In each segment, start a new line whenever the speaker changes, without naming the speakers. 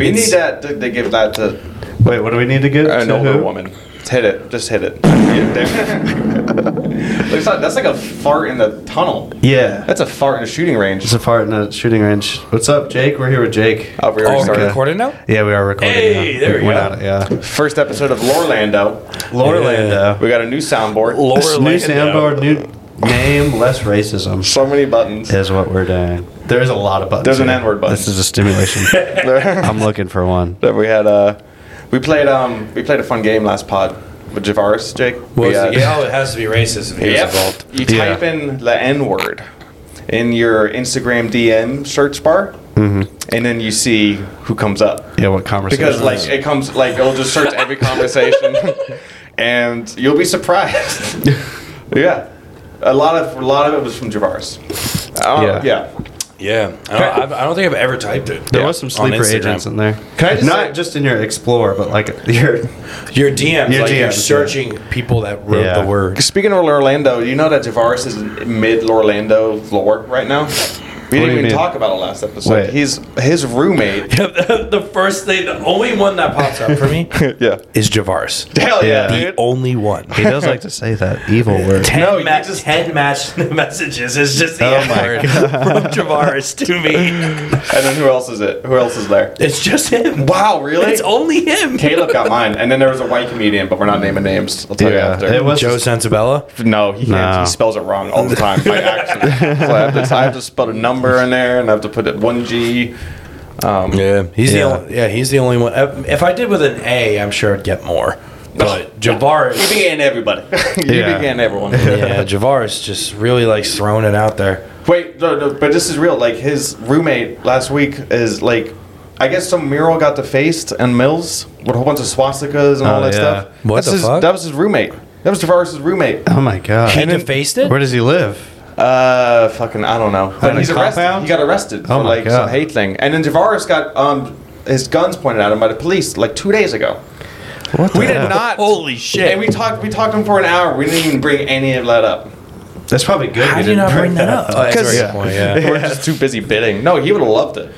We
It's-
need that to, to give that to
Wait, what do we need to get?
an
to
older
who?
woman.
hit it. Just hit it. Looks like that's like a fart in the tunnel.
Yeah.
That's a fart in a shooting range.
It's a fart in a shooting range. What's up, Jake? We're here with Jake.
Oh, we already
Oh,
started.
recorded now?
Yeah, we are recording.
Hey,
now.
there we
Went
go.
at it, yeah.
First episode of Lorlando.
Lorlando.
Oh.
We got a new soundboard.
New soundboard, new name, less racism
so many buttons.
is what we're doing. There's a lot of buttons.
There's an
here.
N-word button.
This is a stimulation. I'm looking for one.
That we had uh we played um we played a fun game last pod with Javaris, Jake.
What
we,
was
uh,
it? Yeah, oh, it has to be racist if he
Yep.
was involved.
You
Yeah.
type in the N word in your Instagram DM search bar,
Mm-hmm.
and then you see who comes up.
Yeah, what conversation?
Because like it comes like it'll just search every conversation, and you'll be surprised. yeah, a lot of a lot of it was from Javaris. Oh
Yeah.
yeah.
Yeah. I don't, I've- I don't think I've ever typed it.
there
Yeah.
was some
On
sleeper
Instagram.
agents in there.
Can I just
Not
say-
just in your Explorer, but like your.
Your
Your
DMs, like you're
DMs, yeah.
searching people that wrote
Yeah.
the word.
Speaking of Orlando, you know that Javaris is mid Orlando lore right now. We
do you
didn't even
mean?
talk about it last episode.
Wait.
He's his roommate.
the first thing, the only one that pops up for me
yeah.
is Javaris.
Hell yeah,
Yeah. Oh.
dude.
Only one.
He does like to say that evil word.
Ten,
No,
no,
you just-
ten match messages is just the
Oh
N
my
word from Javaris to me.
And then who else is it? Who else is there?
It's just him.
Wow, really?
It's only him.
Caleb got mine, and then there was a white comedian, but we're not naming names. I'll tell you
Yeah,
after.
it was
Joe Santabella.
no, he, can't.
No.
he spells it wrong all the time by accident. so I have, to, I have to spell a number in there, and I have to put it one G. Um,
Yeah, he's
Yeah.
the only, yeah he's the only one. If if I did with an A, I'm sure I'd get more. But
You
Javaris,
began everybody. you
Yeah.
began everyone.
yeah, Javaris just really likes throwing it out there.
Wait, no, no, but this is real. Like his roommate last week is like, I guess some mural got defaced and Mills with a whole bunch of swastikas and all
Oh,
that
yeah.
stuff.
What
That's
the
his,
fuck?
That was his roommate. That was Tavares' roommate.
Oh my god.
He defaced it.
Where does he live?
Uh, fucking, I don't know. But
a
he's arrested.
compound?
He got arrested
Oh
for
my
like
God.
some hate thing. And then Tavares got um his guns pointed at him by the police like two days ago.
What
We did not.
Holy shit!
And we talked. We talked to him for an hour. We didn't even bring any of that up.
That's probably good.
How
you
do you
didn't
not bring that up? Oh, that's a very good point, yeah.
We're just too busy bidding. No, he would have loved it.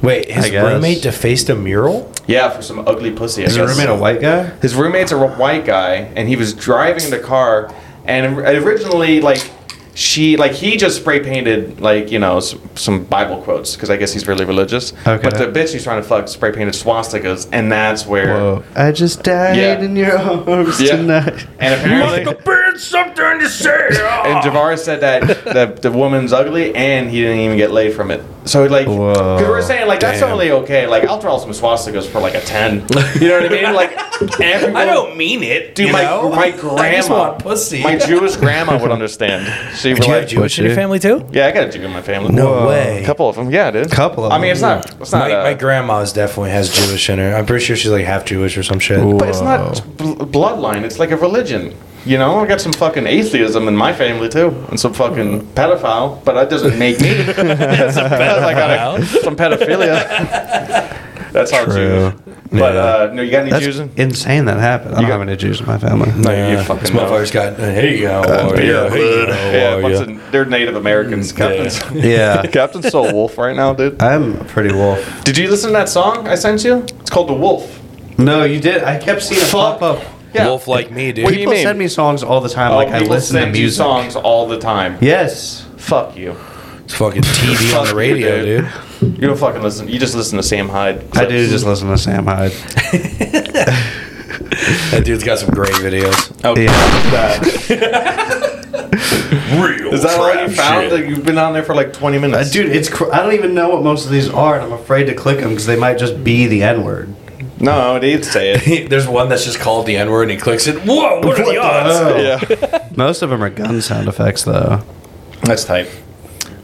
Wait,
I
his
guess.
roommate defaced a mural.
Yeah, for some ugly pussy. I
Is your
guess.
roommate a white guy?
his roommate's a white guy and he was driving the car and originally like she like he just spray painted like you know s- some bible quotes because i guess he's really religious
Okay.
but the bitch he's trying to fuck spray painted swastikas and that's where
I just died
Yeah.
in your arms
Yeah.
tonight.
and apparently
been something to say. Ah.
and Javaris said that the, the woman's ugly and he didn't even get laid from it so like
Whoa.
because we're saying like that's
Damn.
only okay like i'll draw some swastikas for like a 10 you know what i mean like everyone
I don't mean it,
Dude,
you
my,
know?
my
I just
grandma,
want pussy.
my Jewish grandma would understand. She would
Do you
like,
have Jewish in your
Pussy.
family too?
yeah, I got a Jew in my family.
No
Whoa.
way.
a couple of them, yeah, dude.
Couple of
I mean, it's
them,
not, it's not,
Eh. my,
uh,
my grandma's definitely has Jewish in her. I'm pretty sure she's like half Jewish or some shit.
but it's not bl- bloodline. It's like a religion. You know, I got some fucking atheism in my family too, and some fucking pedophile. But that doesn't make me. That's a I got a, some pedophilia. That's how Jews.
True.
But
Yeah.
uh, no, you got any
That's
Jews? in-
insane that happened. I don't
got-
have any Jews in my family.
No,
you
yeah.
fucking
This
know.
motherfucker's got. Hey, you know,
beer,
hey,
Yeah,
yeah,
bunch
yeah.
of- they're Native Americans. Captain's,
Yeah.
Captain's so wolf right now, dude.
I'm a pretty wolf.
Did you listen to that song I sent you? It's called The Wolf.
No, you did. I kept seeing it pop up.
Wolf like me, dude.
What do you
People
mean?
send me songs all the time.
Oh,
like I
people
listen to
send you
music.
songs all the time.
Yes.
Fuck you.
It's fucking TV on
Fuck
the
you,
radio,
dude.
dude.
You don't fucking listen. You just listen to Sam Hyde.
I do just listen to Sam Hyde. Uh,
That dude's got some great videos.
Okay.
Yeah.
Real.
Is that all you found? That you've been on there for like 20
Uh,
minutes.
dude, it's cr- I don't even know what most of these are, and I'm afraid to click them because they might just be the N word.
No, they say it.
There's one that's just called the N word, and he clicks it. Whoa! What are the odds?
Oh.
yeah.
Most of them are gun sound effects, though.
That's tight.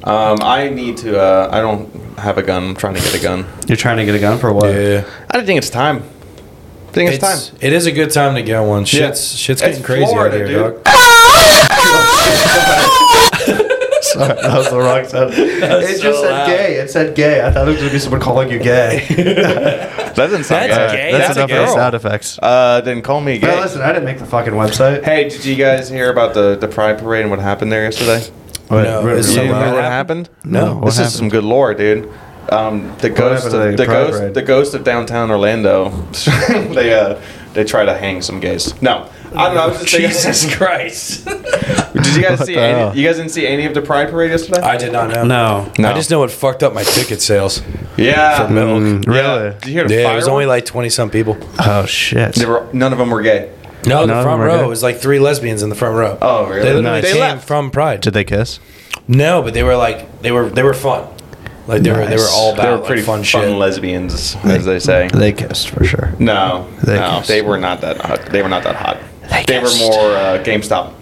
Um, I need to. Uh, I don't have a gun. I'm trying to get a gun.
You're trying to get a gun for what?
Yeah.
I don't think it's time. I think it's,
It's,
time.
it is a good time to get one. Shit's shit's
It's
getting crazy
Florida,
out here,
dude.
dog.
Sorry, that was the wrong sound. It
so
just said
loud.
gay. It said gay. I thought it was gonna be someone calling you gay.
That doesn't sound
That's
good.
gay. That's a girl.
effects.
Uh, then call me gay.
Well, listen, I didn't make the fucking website.
Hey, did you guys hear about the, the Pride Parade and what happened there yesterday?
Wait,
No,
wait,
it's
wait,
so
wait.
you
loud.
know
what
what happened?
No, what
this is
happened?
some good lore, dude. Um, the
happened
ghost,
to the
of, the
pride
ghost,
parade?
the ghost of downtown Orlando. they uh, they try to hang some gays. No, I don't know. I was just thinking-
Jesus Christ.
Did you guys
What
see?
the hell?
Any, you guys didn't see any of the pride parade yesterday?
I did not know.
No.
No.
I just know it fucked up my ticket sales.
yeah,
For milk.
Mm,
really?
Yeah. Did you hear the
Yeah,
yeah,
it was only like 20 some people.
Oh shit.
They were none of them were gay.
No, the
None of
front
them are
row
good.
was like three lesbians in the front row.
Oh, really?
They literally
Nice.
came
They left.
from Pride.
Did they kiss?
No, but they were like they were they were fun. Like they were they were
Nice.
all about
They were
like,
pretty
fun,
fun,
shit.
lesbians, as they say.
They kissed for sure.
No,
They
no,
kissed.
they were not that hot. They were not that hot.
They
They, were
kissed.
more uh, GameStop.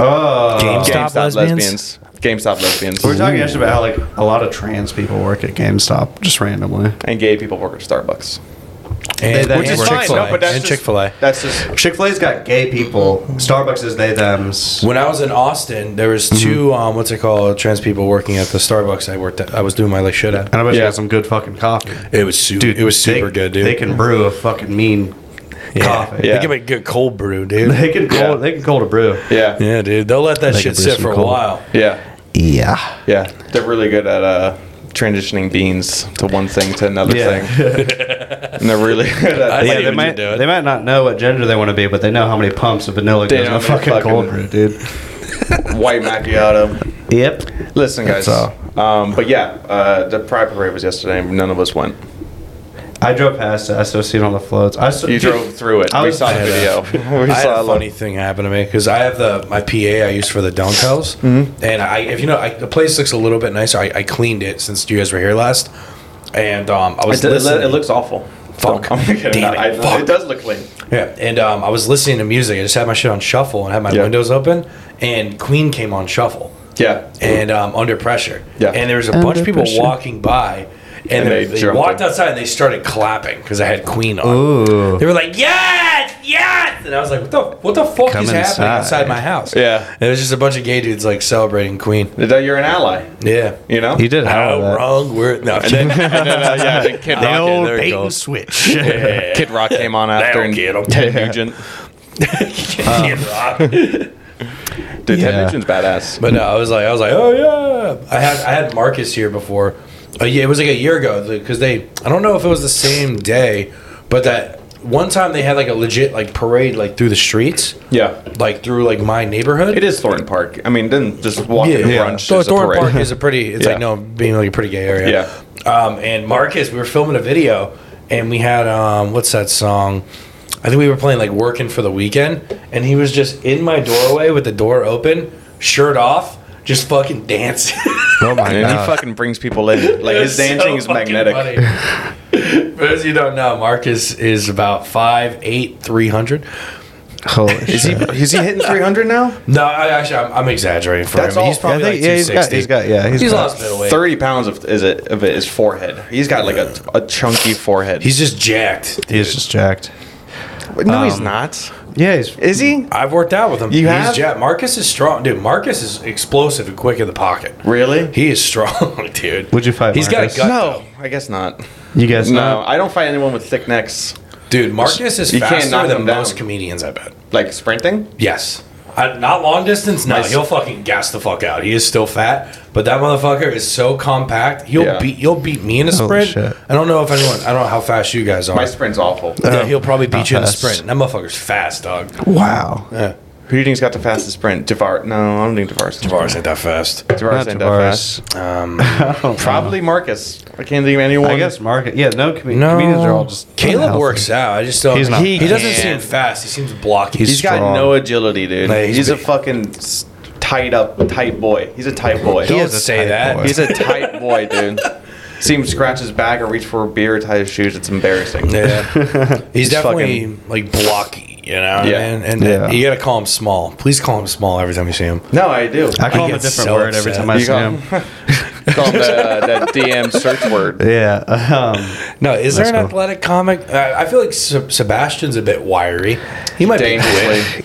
Oh.
GameStop lesbians?
lesbians. GameStop lesbians.
We were talking yesterday about how like a lot of trans people work at GameStop just randomly.
and gay people work at Starbucks.
and
Which is fine,
Chick-fil-A.
no, but that's
and
just-
Chick Fil A.
That's just
Chick Fil A's got gay people. Starbucks is they them's.
When I was in Austin, there was 2 um, what's it called trans people working at the Starbucks I worked at. I was doing my like shit at.
And I bet you
Yeah.
got some good fucking coffee.
It was super. it was super
they,
good, dude.
They can brew a fucking mean
yeah.
coffee.
Yeah.
They can make good cold brew, dude.
They can cold.
Yeah.
They can cold a brew.
yeah, yeah,
yeah, dude. They'll let that
They
shit
can brew
sit
some
for a
cold.
while.
yeah,
Yeah.
They're really good at uh, transitioning beans to one thing to another
Yeah.
thing. and they're really good at.
I
like,
think
they
when you
might,
do it.
they might not know what gender they want to be, but they know how many pumps of vanilla
They
goes in
know
a
how many
fucking,
fucking-
cold brew, dude.
white macchiato.
Yep.
Listen, guys.
That's
Um, but yeah, uh, the pride parade was yesterday. and None of us went.
I drove past it. I still see it on the floats. I still,
You
dude,
drove through it.
I
we
was-
saw the
I
video.
had
we
I
saw
had
a
a
lot-
funny thing happen to me because I have the my PA I use for the dunk house, and I if you know I, the place looks a little bit nicer. I, I cleaned it since you guys were here last, and um, I
It,
was
does-
listening.
it looks awful.
Fuck.
I'm kidding.
Damn it.
I-
Fuck.
It does look clean.
yeah, and um, I was listening to music. I just had my shit on shuffle and had my
Yeah.
windows open, and Queen came on shuffle.
Yeah.
and um, under pressure.
Yeah.
And there was a
Under
bunch of people
pressure.
walking by, and,
And
they,
they
they
jumped
walked
in.
outside and they started clapping because I had Queen on.
Ooh.
They were like, "Yes, yes!" And I was like, "What the what the fuck
Come
is happening
inside.
outside my house?"
Yeah.
And it was just a bunch of gay dudes like celebrating Queen.
That You're an ally.
Yeah.
You know.
You did
How
have that.
wrong we're no.
And then, and then uh, yeah, then Kid Rock,
old
there it
bait
goes.
and
switch.
Kid Rock came on after
That'll
and
get 'em.
Ted Nugent. Um, Dude,
Yeah.
Ted Nugent's badass.
But no, I was like, I was like, oh yeah. I had I had Marcus here before. Uh, yeah, it was like a year ago because they. I don't know if it was the same day, but that one time they had like a legit like parade like through the streets,
yeah,
like through like my neighborhood.
it is Thornton Park. I mean, then just walk
Yeah,
to
yeah.
brunch
Thor-
is a
Thornton
parade.
Park is a pretty. It's like
Yeah.
no being like a pretty gay area. Yeah. Um, and Marcus, we were filming a video, and we had um, what's that song? I think we were playing like "Working for the Weekend," and he was just in my doorway with the door open, shirt off, just fucking dancing.
Oh my
and he
god.
fucking brings people in. Like
It
his
was
dancing
so
is
fucking
magnetic.
funny. For those of you who don't know, Marcus is about five eight, three hundred.
Holy shit.
Is he? Is he hitting 300 now?
No, I, actually, I'm, I'm exaggerating for
That's
him.
all-
He's probably
I think-
like
yeah, he's got-
260.
he's got- yeah,
he's,
he's got
lost a bit of weight.
30 pounds of is it of it is forehead. He's got like a, a chunky forehead.
He's just jacked.
He's just jacked.
no, he's
um,
not.
Yeah, he's
Is he?
I've worked out with him.
You
he's
have?
jacked. Marcus is strong, dude. Marcus is explosive and quick in the pocket.
Really?
He is strong, dude.
Would you fight
He's
Marcus?
got a gut,
No, I guess not.
you guys
No,
know.
I don't fight anyone with thick necks.
dude. Marcus is
You can't
faster
knock
than
him down.
most comedians. I bet.
Like sprinting?
Yes. I, not long distance. No,
Nice.
he'll fucking gas the fuck out. He is still fat, but that motherfucker is so compact. He'll
Yeah.
beat. He'll beat me in a sprint.
shit.
I don't know if anyone. I don't know how fast you guys are.
My sprint's awful.
Yeah, he'll probably beat
Not
you in a
fast.
sprint. That motherfucker's fast, dog.
Wow.
Who do you think's got the fastest sprint? Devar? No, I don't think Devar's.
Tavares ain't that fast.
Devar's
Not
ain't that fast.
Tavares.
Um,
Probably
Uh-huh.
Marcus. I can't think of anyone.
I guess market. Yeah, no, com-
no,
comedians are all just.
Caleb
unhealthy.
works out. I just don't.
He's not
he, he
fast.
doesn't
He
seem
can.
fast. He seems blocky.
he's got
strong.
no agility, dude.
Nah, he's
he's a
big.
fucking s- tight up, tight boy. He's a tight boy.
Don't
He is a
say
tight
that.
boy.
he's a tight boy, dude. See him scratch his back or reach for a beer, tie his shoes. It's embarrassing.
Yeah, he's definitely
fucking-
like blocky. You know, what I
Yeah.
mean? and,
Yeah.
you gotta call him small. Please call him small every time you see him.
No, I do.
I call him a
gets
different
so
word every
upset.
time I
You
see
call-
him.
Call him that, uh, that DM search word.
Yeah. Um,
No, is there an
Let's go.
athletic comic? I, I feel like Seb- Sebastian's a bit wiry. He might be quick.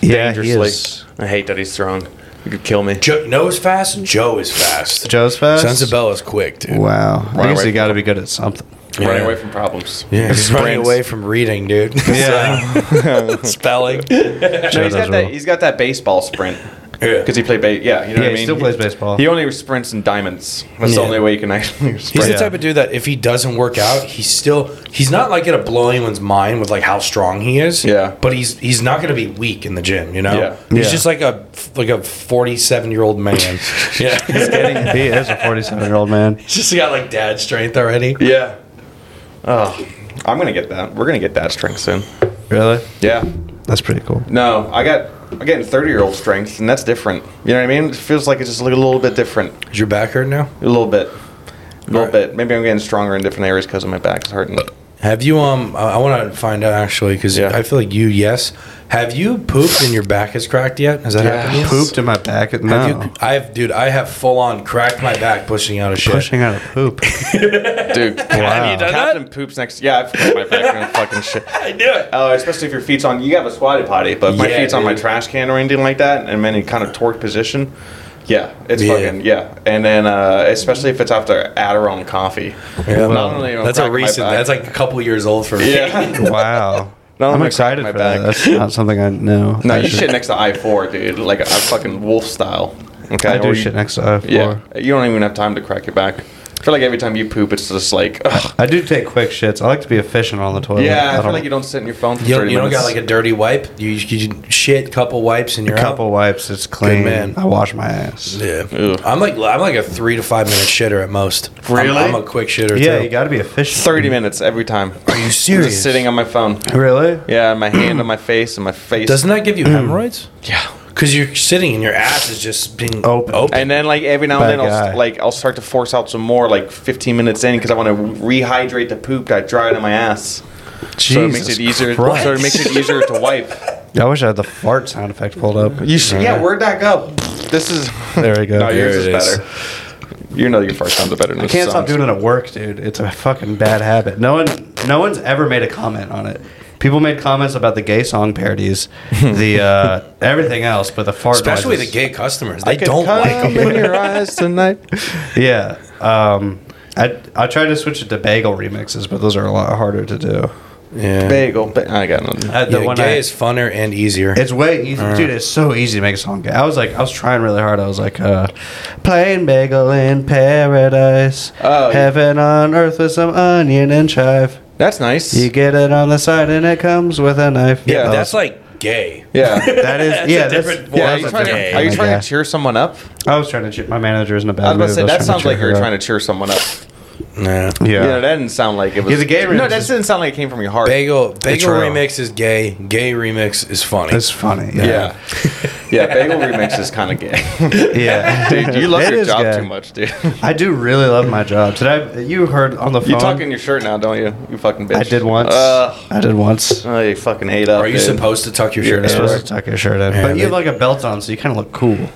Dangerously.
Yeah, he
dangerously.
is.
I hate that he's strong. He could kill me.
Joe, Noah's fast. Joe is fast.
Joe's fast.
Sensabella's quick, dude.
Wow. I guess
away
you got to be good at something.
Running
Yeah.
away from problems.
Yeah, he's running
Sprints.
away from reading, dude.
Yeah.
Spelling.
No, he's
does
got that.
well.
He's got that baseball sprint.
Yeah.
because he played ba- yeah, you know what
Yeah,
I
he
mean.
still plays baseball.
He only sprints in diamonds. That's the
Yeah.
only way you can actually sprint.
He's
Yeah.
the type of dude that if he doesn't work out, he's still he's not like gonna blow anyone's mind with like how strong he is.
Yeah.
But he's he's not gonna be weak in the gym, you know?
Yeah.
He's
Yeah.
just like a like a forty seven year old man. yeah. He's
Getting beat as a 47 year old man.
just got like dad strength already.
Yeah. Oh, I'm gonna get that. We're gonna get that strength soon.
Really?
Yeah.
That's pretty cool.
No, I got I'm getting 30 year old strength, and that's different. You know what I mean? It feels like it's just like a little bit different,
Is your back hurt now?
a little bit, a little
Right.
bit. Maybe I'm getting stronger in different areas because of my back is hurting.
Have you um? I, I want to find out actually because
Yeah.
I feel like you yes. Have you pooped and your back is cracked yet? Has that happened? Yet?
Pooped in my back. No.
Have you, I've dude, I have full on cracked my back pushing out of shit.
Pushing out a poop.
Dude,
Have you done
Captain poops next. Yeah, I've got my back and fucking shit.
I knew it.
Oh, especially if your feet's on. You have a squatty potty, but if my
Yeah,
feet's on my
dude.
trash can or anything like that, and I'm in any kind of torque position. Yeah, it's
Yeah.
fucking yeah. And then uh, especially if it's after Adderall and coffee.
Yeah.
Not only am I
that's a
cracking my
recent.
back-
That's like a couple years old for me.
yeah.
Wow.
No, I'm
I'm
gonna
excited
crack
for
my
that.
back.
That's not something I know.
No,
I
you
should-
shit next to I four, dude. Like I fucking wolf style. Okay,
I
Or
do
you-
shit next to I4.
Yeah, you don't even have time to crack your back. I feel like every time you poop, it's just like, ugh.
I do take quick shits. I like to be efficient on the toilet.
yeah. I, feel like you don't sit in your phone for
You don't,
thirty
you don't
minutes.
got like a dirty wipe. You, you shit couple wipes and you're
A couple wipes, it's clean.
man.
I wash my ass.
Out. Yeah.
Ugh.
I'm like I'm like a three to five minute shitter at most. I'm-
Really?
I'm, a quick shitter.
Yeah,
too.
you got to be efficient.
thirty minutes every time.
Are you
I'm
serious?
just sitting on my phone.
Really?
Yeah, my hand on my face and my face.
Doesn't that give you
Mm.
hemorrhoids?
yeah.
Because you're sitting and your ass is just being
Open.
open.
And then like every now
Bad
and then I'll
guy.
st- like I'll start to force out some more like 15 minutes in because I want to rehydrate the poop that I dried on my ass. so it makes it
Jesus
easier.
Christ.
So it makes it easier to wipe.
I wish I had the fart sound effect pulled up.
You should, yeah, where'd that go? This is
There we go.
No, yours is
There it is.
better. You know your first sounds are better than
I can't stop doing it at work, dude. It's a fucking bad habit. No one, no one's ever made a comment on it. People made comments about the gay song parodies, the uh, everything else, but the fart.
Especially the
noises.
gay customers. They don't like them.
in your eyes tonight.
Yeah. Um, I I tried to switch it to bagel remixes, but those are a lot harder to do.
Yeah.
Bagel, ba- I got nothing.
Uh, the
yeah,
one
gay
I-
is funner and easier.
It's way easy, dude. It's so easy to make a song. I was like, I was trying really hard. I was like, uh, plain bagel in paradise,
Oh,
heaven on earth with some onion and chive.
That's nice.
You get it on the side, and it comes with a knife.
Yeah,
That
that's
was-
like gay.
yeah.
that is
that's
yeah.
a
that's-
different
Yeah,
voice.
are
that's
you trying,
a different
to,
different
are you
kind of
trying
guy.
to cheer someone up?
I was trying to cheer. My manager isn't a bad.
I was about to say, that sounds like
you
you're trying to cheer someone up.
Nah.
Yeah.
Yeah, that didn't sound like it was.
Yeah, the gay
no,
remix
that
is-
didn't sound like it came from your heart.
Bagel bagel
true.
remix is gay. Gay remix is funny.
It's funny. Yeah.
Yeah. yeah, bagel remix is kind of gay.
Yeah.
dude, you love
It
your
is
job
gay.
too much, dude.
I do really love my job. Did I? You heard on the phone?
You tuck in your shirt now, don't you? You fucking bitch.
I did once.
Uh,
I did once.
oh, you fucking hate up.
Are you
dude.
supposed to tuck your shirt
You're
out?
supposed to tuck your shirt in,
Yeah,
but you have
they-
like a belt on, so you kind of look cool.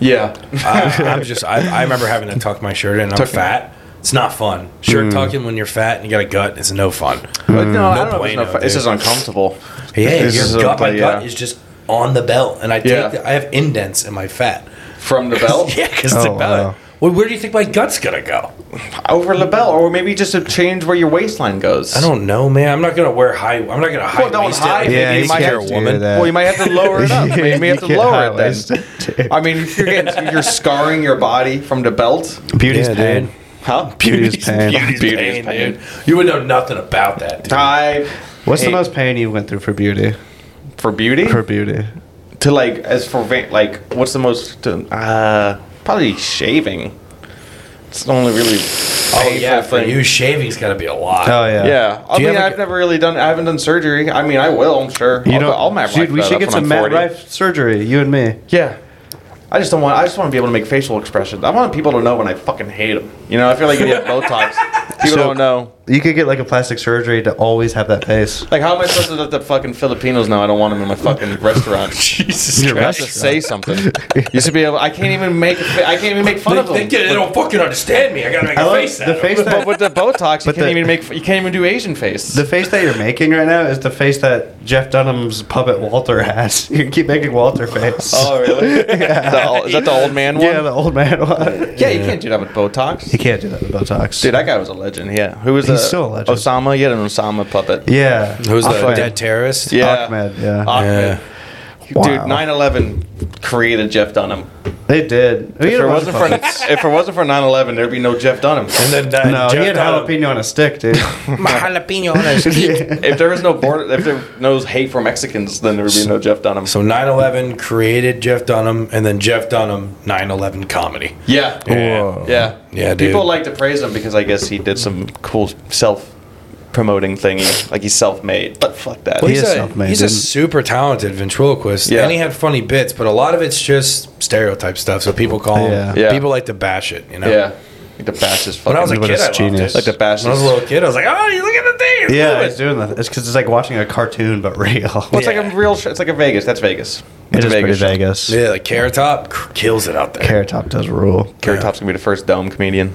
Yeah.
I, I'm just. I, I remember having to tuck my shirt in. and I'm
Tuck-
fat. It's not fun. Shirt
Hmm.
tucking when you're fat and you got a gut is no fun.
But no, I don't know. if
bueno,
it's no, fu- it's
dude.
just uncomfortable.
Yeah,
This is
your
a-
gut. My
but
gut
yeah.
is just on the belt, and I take.
Yeah.
The, I have indents in my fat.
From the belt?
Yeah, because
Oh,
the belt.
wow.
Well, where do you think my gut's gonna go?
Over the belt, or maybe just to change where your waistline goes.
I don't know, man. I'm not gonna wear high. I'm not gonna high
Well, don't
waist
high-
it.
Yeah,
Maybe
you
you
might
might
have
a
to
do
woman.
that.
Well, you might have to lower it up. Maybe you have to
You get
lower it then.
high-waisted, dude.
I mean, if you're getting, you're scarring your body from the belt,
Beauty's
Yeah,
pain.
dude.
huh?
Beauty's pain.
Beauty's
Beauty
pain,
is pain.
dude. You would know nothing about that. Dude.
I
What's
hate-
the most pain you went through for beauty?
for beauty?
For beauty,
to like as for va- like what's the most to, uh probably shaving. It's the only really
Oh
painful
yeah, for
thing.
you shaving's gotta be a lot.
oh yeah,
Yeah, I
Do you
mean,
have, like,
I've never really done. I haven't done surgery. I mean, I will. I'm sure.
You
I'll,
know,
I'll Matt Rife
dude, we
that
should
up
get
when
some
I'm
Matt
40.
Rife surgery. You and me.
Yeah. I just don't want. I just want to be able to make facial expressions. I want people to know when I fucking hate them. You know, I feel like if you have Botox, people
So-
don't know.
You could get like a plastic surgery to always have that face.
Like, how am I supposed to let the fucking Filipinos know I don't want them in my fucking restaurant?
Jesus
I have to say something. You should be able. I can't even make. I can't even make fun
They,
of them.
they, get- they don't fucking understand me. I gotta make a
I love
face.
the
at 'em.
face
But
that
with the Botox, you can't
But the-
even make. You can't even do Asian face.
the face that you're making right now is the face that Jeff Dunham's puppet Walter has. You keep making Walter face.
oh really? The ol- is that the old man one?
yeah, the old man one.
Yeah, you can't do that with Botox.
You can't do that with Botox.
Dude, that guy was a legend. Yeah, who was the-
He's still a legend.
Osama, you had an Osama puppet.
yeah.
Who's the
Ahmed.
dead terrorist?
Yeah.
Ahmed, yeah.
Ahmed.
Yeah.
Dude, 9/11 created Jeff Dunham.
They did. He
If
had a
it
bunch
wasn't
of
for
fucking-
if it wasn't for 9/11, there'd be no Jeff Dunham.
And then that
no, he
Jeff
had
Dunham-
jalapeno on a stick, dude.
My jalapeno on a stick.
if there was no border, if there no hate for Mexicans, then there would be no Jeff Dunham.
So 9/11 created Jeff Dunham, and then Jeff Dunham 9/11 comedy.
Yeah,
Whoa.
yeah,
Yeah, dude.
People like to praise him because I guess he did some cool self. Promoting thingy, like he's self-made, but fuck that.
Well,
He
he's
is
a,
self-made,
he's a
isn't he?
super talented ventriloquist,
Yeah.
and he had funny bits, but a lot of it's just stereotype stuff. So people call him.
Yeah.
Yeah.
People like to bash it, you know.
yeah, like the fastest.
When I was a
fucking-
kid, I loved
genius.
it.
Like the bash
When I was a
is-
little kid, I was like, "Oh, you look at the thing." it's
yeah,
moving."
he's doing that. It's because it's like watching a cartoon, but real.
Well, it's like
Yeah.
a real. Sh- it's like a Vegas. That's Vegas.
it
It's a
is pretty
Vegas. show.
Vegas.
yeah, like Carrot Top c- kills it out there.
Carrot Top does rule.
Carrot Top's gonna be the first dome comedian.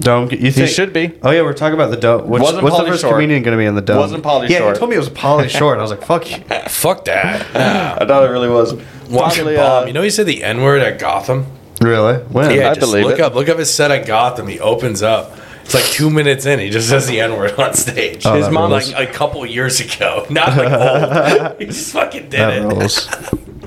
Dome, you
He
think?
should be.
Oh yeah, we're talking about the dome. What's,
Wasn't
what's the
Pauly
first
Shore.
comedian going to be in the dome?
Wasn't Pauly
Yeah,
Short.
he told me it was Polly Short. I was like, fuck you.
Fuck that. Nah.
I thought it really was.
Watch
Finally,
it bomb.
uh,
you know, he said the N word at Gotham.
Really? When?
Yeah,
I
just
believe
look
it.
up. Look up his set at Gotham. He opens up. It's like two minutes in. He just says the N word on stage.
Oh,
His
that
mom,
rules.
like a couple years ago, not like old. he just fucking did
That
it.
rules.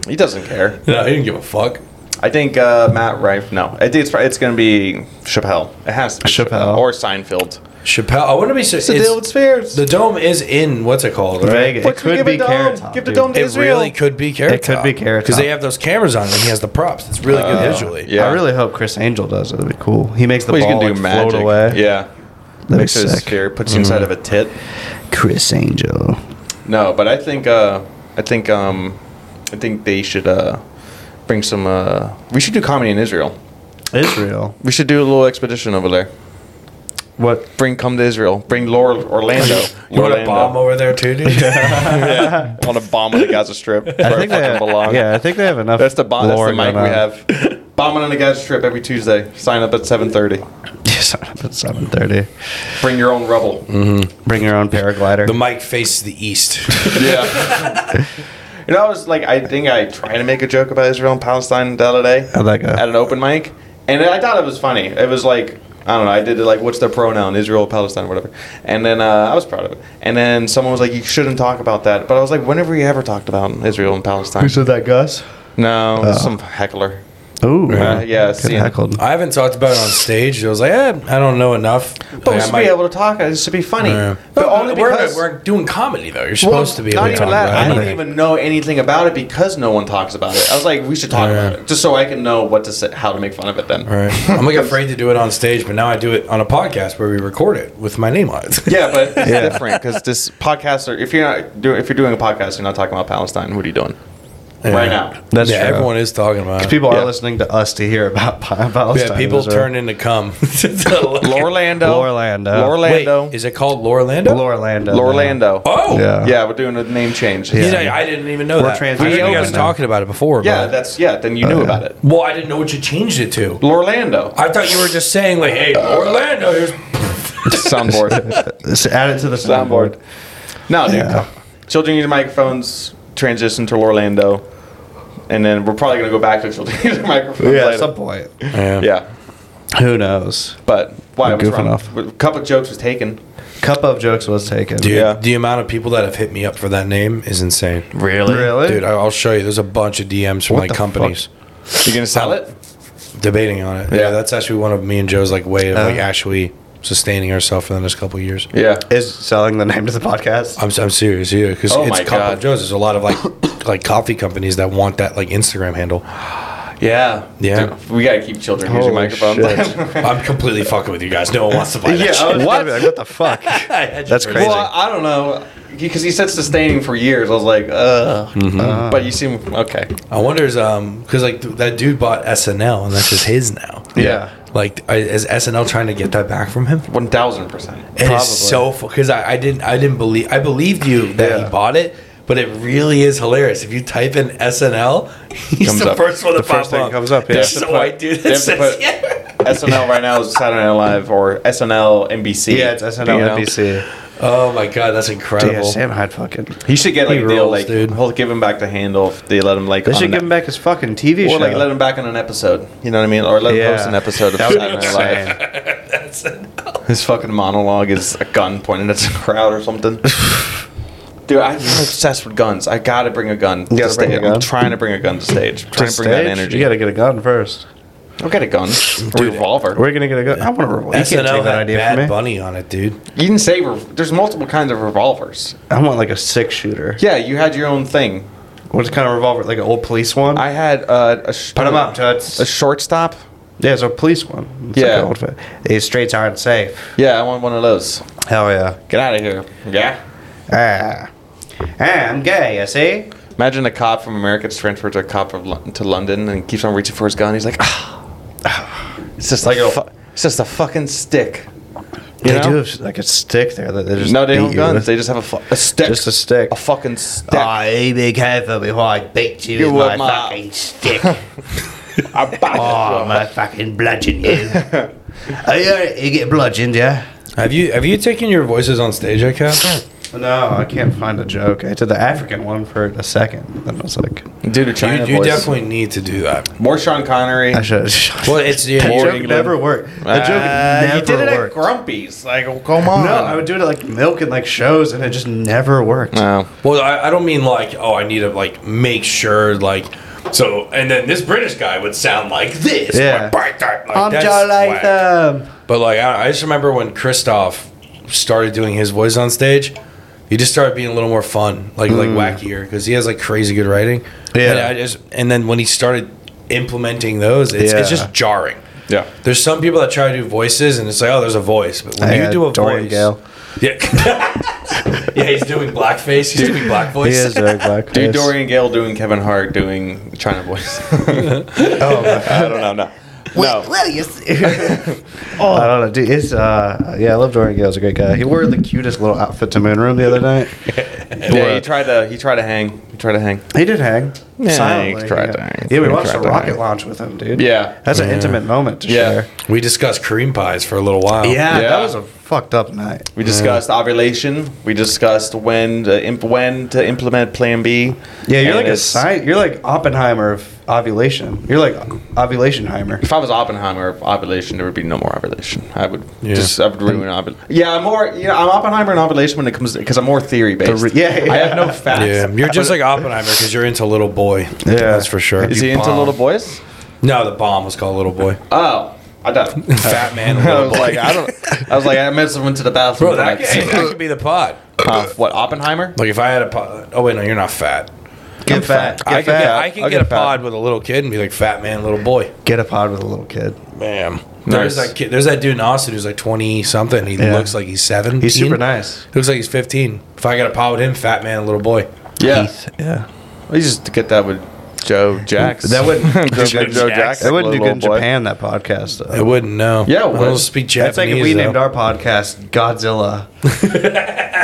he doesn't care.
No, he didn't give a fuck.
I think uh, Matt Rife. No, I think it's it's gonna be Chappelle. It has to be
Chappelle.
or Seinfeld.
Chappelle, I wouldn't be. So, it's,
Spheres.
the dome is in what's it called? Right?
Vegas. It
Fuck,
could
give
be
a dome.
Carrot Top.
Give the
dude.
dome to
It
Israel.
really could be Carrot
It could be Carrot
because they
Top. Uh,
have those cameras on him. He has the props. It's really good visually.
yeah.
I really hope Chris Angel does it. It'd be cool. He makes the
Well, he's
ball
gonna do
like,
magic.
float away.
Yeah.
That'd be
Makes it a
sick.
sphere. Puts you inside of a tit.
Chris Angel.
No, but I think uh, I think um, I think they should uh, bring some. Uh, we should do comedy in Israel.
Israel.
We should do a little expedition over there.
What?
Bring come to Israel. Bring Laura Orlando.
You want a
Orlando.
bomb over there too, dude?
on a bomb on the Gaza Strip. Where
I think they
fucking belong.
Yeah, I think they have enough.
That's the bomb. That's
lore
the mic
going on.
we have. Bombing on the Gaza Strip every Tuesday. Sign up at seven thirty.
Sign up at seven thirty.
Bring your own rubble.
Mm.
Bring your own paraglider.
the mic faces the east.
Yeah. you know, I was like, I think I tried to make a joke about Israel and Palestine the other day
How'd that go?
at an open mic, and I thought it was funny. It was like. I don't know. I did it like, what's their pronoun? Israel, Palestine, whatever. And then uh, I was proud of it. And then someone was like, you shouldn't talk about that. But I was like, whenever you ever talked about Israel and Palestine?
that, Gus?
No,
Uh.
some heckler.
Ooh,
Yeah, uh, yeah,
Get
see him.
heckled.
I haven't talked about it on stage. I was like, eh, I don't know enough.
But
Like, I
we should
might-
be able to talk. It should be funny.
Yeah.
But
No,
only
we're,
because
we're doing comedy though. You're
Well,
supposed to be able
not
to
even
talk
that.
about
I
it.
don't even know anything about it because no one talks about it. I was like, we should talk about it just so I can know what to say, how to make fun of it. Then,
Right. I'm like afraid to do it on stage, but now I do it on a podcast where we record it with my name on it.
yeah, but it's different because this podcast. Or if you're not doing, if you're doing a podcast, you're not talking about Palestine. What are you doing right now?
That's
yeah,
true.
everyone is talking about it.
People
Yeah.
are listening to us to hear about Pa-
yeah,
Palestine.
people
Israel.
turn into cum. Lorlando.
Lorlando,
Lorlando.
Lorlando,
is it called Lorlando?
Lorlando.
Lorlando.
oh,
Yeah.
yeah, we're doing a name change.
You
Yeah,
know, I didn't even know
We're
that.
trans-
I knew
We
you guys
opened-
talking about it before. but-
that's yeah. Then
Oh,
you knew about it.
well, I didn't know what you changed it to.
Lorlando
I thought you were just saying like, "Hey, Orlando." Here's
soundboard.
Let's Add it to the soundboard.
No, dude.
Yeah.
Children use microphones. Transition to Orlando, and then we're probably gonna go back to children use microphones.
Yeah,
later.
at some point.
yeah.
Who knows?
But why?
I'm
What's
goofing
wrong?
off.
A couple of jokes was taken.
Cup of jokes was taken.
Dude,
Yeah.
the amount of people that have hit me up for that name is insane.
Really?
Really?
Dude, I- I'll show you. There's a bunch of DMs from
What
like
the
companies
You gonna sell it?
debating on it. Yeah.
Yeah. Uh-huh.
that's actually one of me and Joe's like way of like
Oh.
actually sustaining ourselves for the next couple of years.
Yeah.
Is selling the name to the podcast?
I'm, I'm serious, yeah, because
Oh
it's
my
Cup
God.
of Joe's. There's a lot of like like coffee companies that want that like Instagram handle.
Yeah.
Yeah.
Dude, we gotta keep children
Holy
using microphones.
I'm completely fucking with you guys. No one wants to buy that.
Yeah,
shit.
I was-
What? Like, what the fuck? That's crazy.
well, I don't know, because he said sustaining for years. I was like, uh. But you seem okay.
I wonder is um because like th- that dude bought SNL and that's just his now.
Yeah.
Like I- is SNL trying to get that back from him?
One thousand percent.
It is so because I, I didn't I didn't believe I believed you that
Yeah.
he bought it, but it really is hilarious. If you type in SNL, he's
Comes
the
up.
first one to
The
pop
first thing
up.
comes up, yeah.
There's
They have
a
to put-
white dude
they
that
have to
says
put-
yeah.
SNL right now is Saturday Night Live or SNL NBC.
yeah, it's SNL
you know?
NBC.
Oh my god, that's
Yeah,
incredible.
Sam Hyde fucking.
He should get like
He
a deal,
rules,
like
dude.
he'll give him back the handle if they let him like.
They
on
should
that-
give him back his fucking TV show.
Or like let him back on an episode. You know what I mean? Or let him
Yeah.
host an episode of
That
Saturday
would be
Night Live.
insane.
His fucking monologue is a gun pointed at the crowd or something. Dude, I'm obsessed with guns. I gotta bring a gun. to
gotta bring
stage.
a gun?
I'm trying to bring a gun to stage. trying to bring that energy.
You gotta get a gun first.
I'll get a gun. A revolver.
We're gonna get a gun. I want a revolver. You can't
SNL
take that
had
idea from me.
Bad Bunny on it, dude.
You can say rev- there's multiple kinds of revolvers.
I want like a six shooter.
Yeah, you had your own thing.
What kind of revolver? Like an old police one?
I had uh, a sh-
Put 'em up,
a
Toots.
shortstop.
Yeah, it's a police one. It's
Yeah.
Like an old, fa- These streets aren't safe.
Yeah, I want one of those.
Hell yeah.
Get out of here. Yeah.
Ah. Ah, I'm gay, you see?
Imagine a cop from America gets transferred to a cop of Lon- to London and keeps on reaching for his gun. He's like, ah, it's just like
Like
a
a-
fu- it's just a fucking stick.
they
know?
do have like a stick there that they just
no, they
beat
don't
you
guns.
with.
They Oh, just have a, fu- a stick.
Just a stick.
A fucking stick.
Ah, you be careful before I beat you,
You
with my,
with my-
fucking stick.
I bought
oh, I'm gonna fucking bludgeon you. oh, you, you get bludgeoned, yeah?
Have you have you taken your voices on stage yet, Cal?
No, I can't find a joke. I did the African one for a second. Then I was like,
it. Dude, a China
You, you
voice.
definitely need to do that.
More Sean Connery.
I should.
Well, it's your
That joke
joke
never worked. That joke
Uh,
never
you did it
worked.
at Grumpy's. Like, oh, come on.
no, I would do it at like milk and like shows, and it just never worked.
No.
Well, I, I don't mean like, oh, I need to like make sure like. So and then this British guy would sound like this.
Yeah.
Like, like,
I'm
that's
Joe
whack.
Latham.
But like, I, I just remember when Christoph started doing his voice on stage, he just started being a little more fun, like like wackier, because he has like crazy good writing.
Mm. Yeah.
And I just and then when he started implementing those, it's, it's
Yeah.
just jarring.
Yeah.
There's some people that try to do voices, and it's like, oh, there's a voice, but when
I
you
had
do a
Dorian
voice,
Gale.
yeah, yeah, he's doing blackface. He's doing black voice.
He is very black.
Dude, Dorian Gale doing Kevin Hart doing China voice.
Oh, my-
I don't know. No. No.
well, you see- Oh. I don't know. Dude, it's, uh, yeah, I love Dorian Gale. He's a great guy. He wore the cutest little outfit to Moon Room the other night.
Yeah, he tried to he tried to hang. He tried to hang.
He did hang.
he
silently,
tried
yeah.
to hang.
Yeah, we
He
watched
tried
a
to
rocket
hang.
launch with him, dude.
Yeah.
That's an intimate moment to
Yeah.
share.
We discussed cream pies for a little while.
Yeah.
that was a fucked up night.
We discussed ovulation. We discussed when to imp- when to implement Plan B.
Yeah, you're
And
like a
it's-
sci- You're like Oppenheimer of ovulation. You're like ovulationheimer.
If I was Oppenheimer, ovulation, there would be no more ovulation. I would
Yeah.
just I would ruin ovulation. Yeah, I'm more. You know, I'm Oppenheimer and ovulation when it comes because I'm more theory based.
re- yeah, yeah.
I have no facts.
Yeah, you're just like Oppenheimer because you're into Little Boy. Yeah, that's for sure.
Is he into
Bomb.
little boys?
No, the bomb was called Little Boy.
Oh, I don't.
Fat man,
I
Little
was
Boy.
like, I don't. I was like, I meant someone to the bathroom.
Bro, that,
tonight.
could, hey, that could be the pod.
Uh, what Oppenheimer?
Like if I had a pod. Oh wait, no, you're not fat.
Get fat.
I
Get
can get,
fat.
I can
I'll
get,
get
a
fat.
pod with a little kid and be like fat man, little boy.
Get a pod with a little kid.
Bam. There's
Nice.
that kid. There's that dude in Austin who's like 20 something. He
Yeah.
looks like he's seven.
He's super nice.
Looks like he's 15. If I got a pod with him, fat man, little boy.
Yeah,
Yeah.
we just get that with Joe Jacks.
That wouldn't-
Joe, Joe,
Joe
Jacks.
Jacks.
That wouldn't do
little
good in
boy.
Japan. That podcast. Though.
I wouldn't know.
Yeah, it
I don't
would.
speak
That's
Japanese.
like if we named
though.
our podcast Godzilla.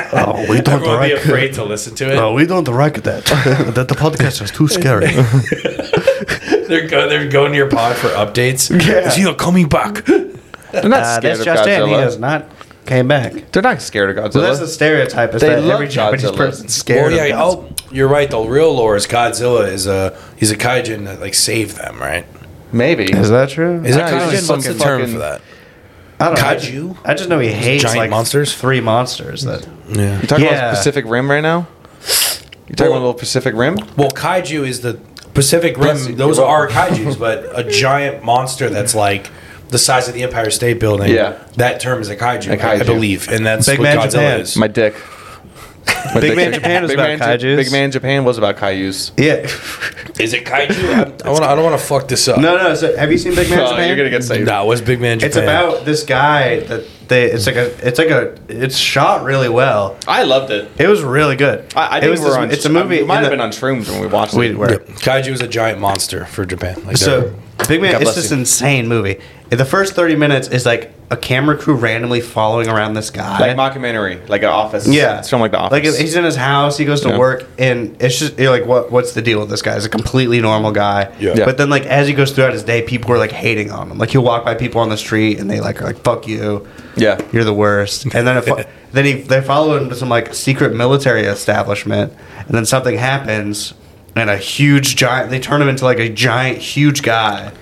oh, we don't
Everyone would be
like.
afraid to listen to it.
No, we don't like that. that the podcast is too scary.
They're go, they're going to your pod for updates. Is he not coming back?
They're not
Uh,
scared
that's
of
just it. He
Godzilla.
has not came back.
They're not scared of Godzilla.
So that's the stereotype. Is
They
that
love
every Japanese
Godzilla.
person's
Well,
scared?
yeah.
of Godzilla.
Oh, you're right. The real lore is Godzilla is a he's a kaijin that like saved them, right?
Maybe.
is that true?
Is that
Yeah, he's
kaijin?
just
What's the
some
term
fucking-
for that?
I don't know. I
Kaiju?
ju- I just know he hates
giant
like
monsters?
Three monsters that
Yeah.
You're talking
Yeah.
about Pacific Rim right now? You're talking
Well-
about the Pacific Rim?
Well, kaiju is the Pacific
Yes,
Rim. Those
you're
are
right.
kaiju's, but a giant monster that's like the size of the Empire State Building.
Yeah.
That term is a kaiju,
A kaiju.
I believe, and that's
Big
what
Man
Godzilla
Japan.
is.
My dick. My
Big
dick's
Man
a-
Japan was
Big
about
Man Ja-
kaijus.
Big Man Japan was about kaijus.
yeah.
is it kaiju? I, I, wanna, I don't want to fuck this up.
no, no. So have you seen Big Man
Oh,
Japan?
you're gonna get saved.
No, it was Big Man Japan.
It's about this guy that they. It's like a. It's like a. It's shot really well.
I loved it.
It was really good.
I, I
it
think
was
we're
this-
on.
It's a movie.
We might have
in the-
been on shrooms when we watched
We
it.
were.
Yep. Kaiju is a giant monster for Japan. Like
So Big Man,
God
it's
bless
this
you.
insane movie. In the first thirty minutes is like a camera crew randomly following around this guy.
Like mockumentary, like an office.
Yeah,
It's from like the office.
Like if he's in his house, he goes to
Yeah.
work, and it's just you're like, what? What's the deal with this guy? He's a completely normal guy.
Yeah. Yeah.
But then like as he goes throughout his day, people are like hating on him. Like he'll walk by people on the street, and they like are like, "Fuck you,
yeah.
you're the worst." And then if, then he they follow him to some like secret military establishment, and then something happens, and a huge giant. They turn him into like a giant huge guy.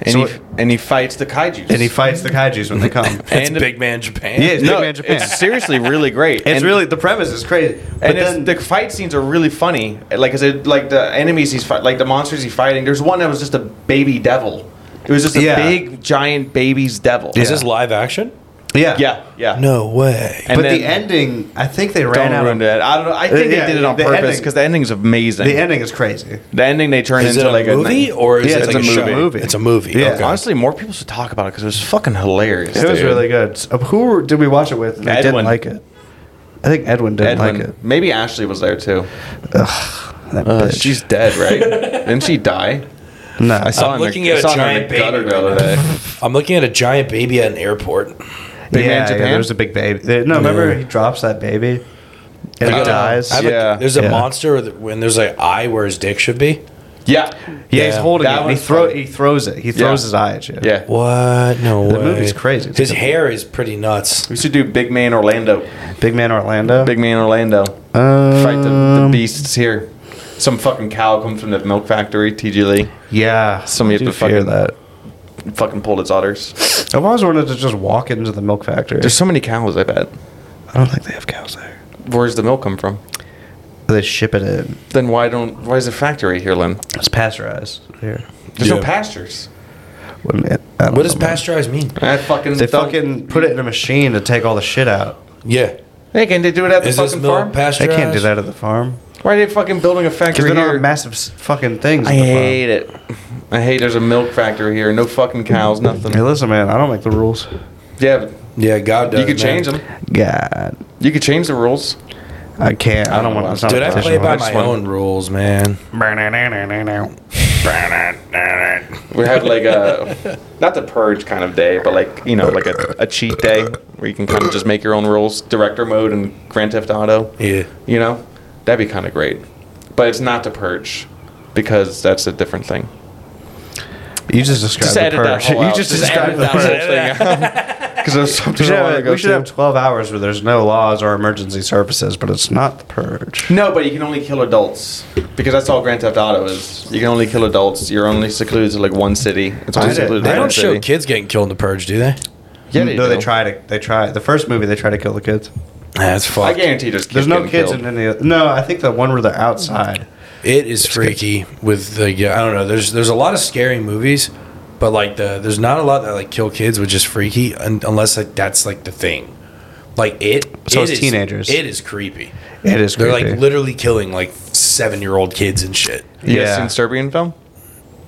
and
So
he
what-
and he fights the kaiju.
and he fights the kaiju's when they come.
It's
And-
Big Man Japan.
Yeah, it's
no,
Big Man Japan.
it's seriously really great.
It's
And-
really the premise is crazy. But
and
then
it's, the fight scenes are really funny. Like I said, like the enemies he's fight, like the monsters he's fighting. There's one that was just a baby devil. It was just a
Yeah.
big giant baby's devil.
Is this live action?
yeah,
Yeah, yeah.
No way.
And
but
then-
the ending, I think they ran
Don't
out.
ruin
of,
that. I don't know. I think
Yeah,
they did it on
the
purpose
ending-
because the ending's amazing.
The ending is crazy.
The ending they turned
Is it
into
a
like
movie
a
or is
Yeah,
it
it's
like
a movie.
It's a movie.
Yeah.
Okay.
Honestly, more people should talk about it because it was fucking hilarious.
It was
dude.
really good. So uh, who were- did we watch it with? And I
Edwin.
didn't like it. I think Edwin didn't
Edwin.
like it.
Maybe Ashley was there too.
That
Uh,
bitch.
she's dead, right? Didn't she die?
no.
I saw
I'm
her in
looking
the,
at
I
a
saw her in
giant
the gutter
baby.
the other day.
I'm looking at a giant baby at an airport.
Big
yeah,
Man Japan?
Yeah, there was a big baby. They- no, remember
Yeah.
he drops that baby and
I
it
don't know.
dies.
I have a-
yeah,
Yeah.
there's a
Yeah.
monster with- when there's an eye where his dick should be.
Yeah,
he's
yeah.
holding
That
it. and He
one's
throw
funny.
he throws it. He throws
Yeah.
his eye at you.
yeah.
What? No way.
The movie's crazy. It's
His
good.
hair is pretty nuts.
We should do Big Man Orlando.
Big Man Orlando.
Big Man Orlando.
Um,
Fight the, the beasts here. Some fucking cow comes from the milk factory. TG Lee
Yeah.
Some you
I
have
do
to
fear
fucking-
that.
fucking pulled its udders.
I've always wanted to just walk into the milk factory.
There's so many cows. I bet.
I don't think they have cows there.
Where's the milk come from?
They ship it in.
Then why don't why is the factory here, Lynn?
It's pasteurized here.
There's no
Yeah.
pastures.
What does pasteurized mean?
I fucking
They
don't-
fucking put it in a machine to take all the shit out.
Yeah.
Hey, can they do it at the
Is this
fucking
milk
farm?
pasteurized?
They can't do that at the farm
why are they fucking building a
because
factory
they don't
here?
have massive s- fucking things.
I
at the farm.
hate it. I hate there's a milk factory here. No fucking cows,
Hey,
nothing.
listen, man. I don't make the rules.
Yeah,
Yeah, God does.
you could
man.
change them.
God,
You could change the rules.
I can't. I don't want. It's not
Dude,
a
I play
competition.
by
That's
my
fun.
own rules, man.
We have like a not the purge kind of day, but like you know, like a, a cheat day where you can kind of just make your own rules, director mode and Grand Theft Auto.
Yeah.
You know, that'd be kind of great, but it's not the purge because that's a different thing.
You just described
Just
the
edit that
purge.
whole
You
out.
just
Just
described
edit
the
that
purge.
whole thing. Because there's something
We should,
I wanna
have,
go
we should
to.
have 12 hours where there's no laws or emergency services, but it's not the purge.
No, but you can only kill adults because that's all Grand Theft Auto is. You can only kill adults. You're only secluded to like one city. It's only
I did-
secluded to
They
I
one
don't show
city.
kids getting killed in the purge, do they?
yeah,
no, Mm, they try to. They try. The first movie, they try to kill the kids.
That's
I
fucked.
guarantee there's kids
There's no
getting
kids
killed.
in any. of- No, I think the one where they're outside.
It is freaky with the yeah, I don't know. There's there's a lot of scary movies, but like the there's not a lot that like kill kids, which is freaky un, unless like that's like the thing. Like it.
So
it
it's
is-
teenagers.
It is creepy.
It is
They're
creepy.
like literally killing like seven year old kids and shit.
You guys
Yeah.
seen Serbian film?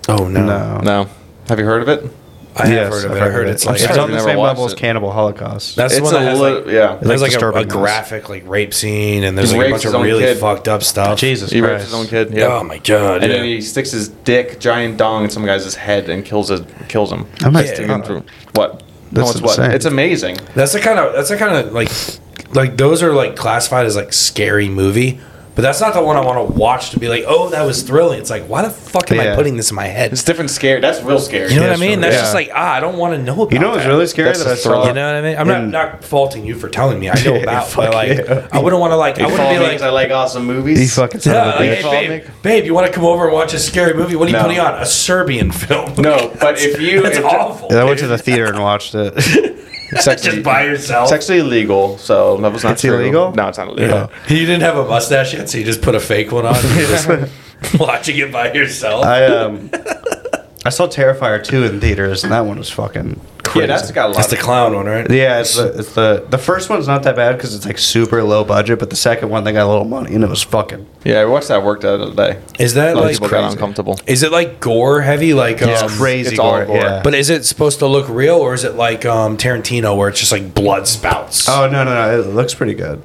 Oh no.
no.
No. Have you heard of it?
I have
Yes,
heard of
I've
it. I heard it's like
sorry.
it's on the
I've
same
never
level
watched
as
it.
Cannibal Holocaust.
that's the
It's
one that
a
has
li-
like,
yeah.
Like
There's like, a, a
disturbing ones.
graphic like rape scene and there's
He
like a
rapes
bunch
his
of
own
really
kid.
fucked up stuff.
Jesus
He raped
Christ.
his own kid. Yeah.
Oh my god.
and
yeah.
then he sticks his dick, giant dong, in some guy's head and kills his, kills him.
I might
Yeah.
stick
Hold
on it.
What? no,
That's
it's what?
insane.
It's amazing.
That's the kind of that's the kind of like like those are like classified as like scary movie, but that's not the one I want to watch to be like, oh, that was thrilling. It's like, why the fuck am I
Yeah.
putting this in my head?
It's different scary. That's real scary.
You know
Yeah,
what I mean?
sure.
That's
Yeah.
just like ah, I don't want to know. About
You know what's
that.
really scary
That's
that I
a thriller.
saw?
You know what I mean? I'm not,
And-
not faulting you for telling me. I know
Yeah,
about,
fuck
but like,
yeah.
I wouldn't want to like. I
I
wouldn't be like,
I like awesome movies.
You fucking son
yeah,
of a
like,
bitch.
hey, babe, babe, you want to come over and watch a scary movie? What are you
No.
putting on? A Serbian film?
No, but if you
that's
if
awful.
Yeah, I went to the theater and watched it.
It's actually,
just by yourself.
It's actually illegal, so that was not
It's
true.
illegal?
No, it's not illegal.
Yeah.
You didn't have a mustache yet, so you just put a fake one on. and you're just watching it by yourself.
I um, I saw Terrifier two in theaters, and that one was fucking
Yeah,
crazy.
that's got a lot.
That's the
of-
clown one, right?
Yeah, it's the, it's the the first one's not that bad because it's like super low budget, but the second one they got a little money and it was fucking.
yeah, I watched that work the other day.
Is
A
that
lot of
like
people got uncomfortable.
Is it like gore heavy? Like
It's
um,
crazy
it's all
gore,
gore.
Yeah.
But is it supposed to look real, or is it like um, Tarantino, where it's just like blood spouts?
oh no no no, it looks pretty good.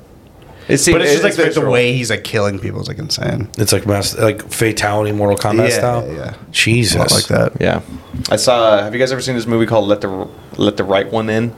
It seems,
But it's just like the, the
visceral.
way he's like killing people is like insane.
it's like mass, like fatality, Mortal Kombat
Yeah,
style.
yeah, yeah.
Jesus,
A lot like that.
Yeah, I saw. Have you guys ever seen this movie called "Let the Let the Right One In"?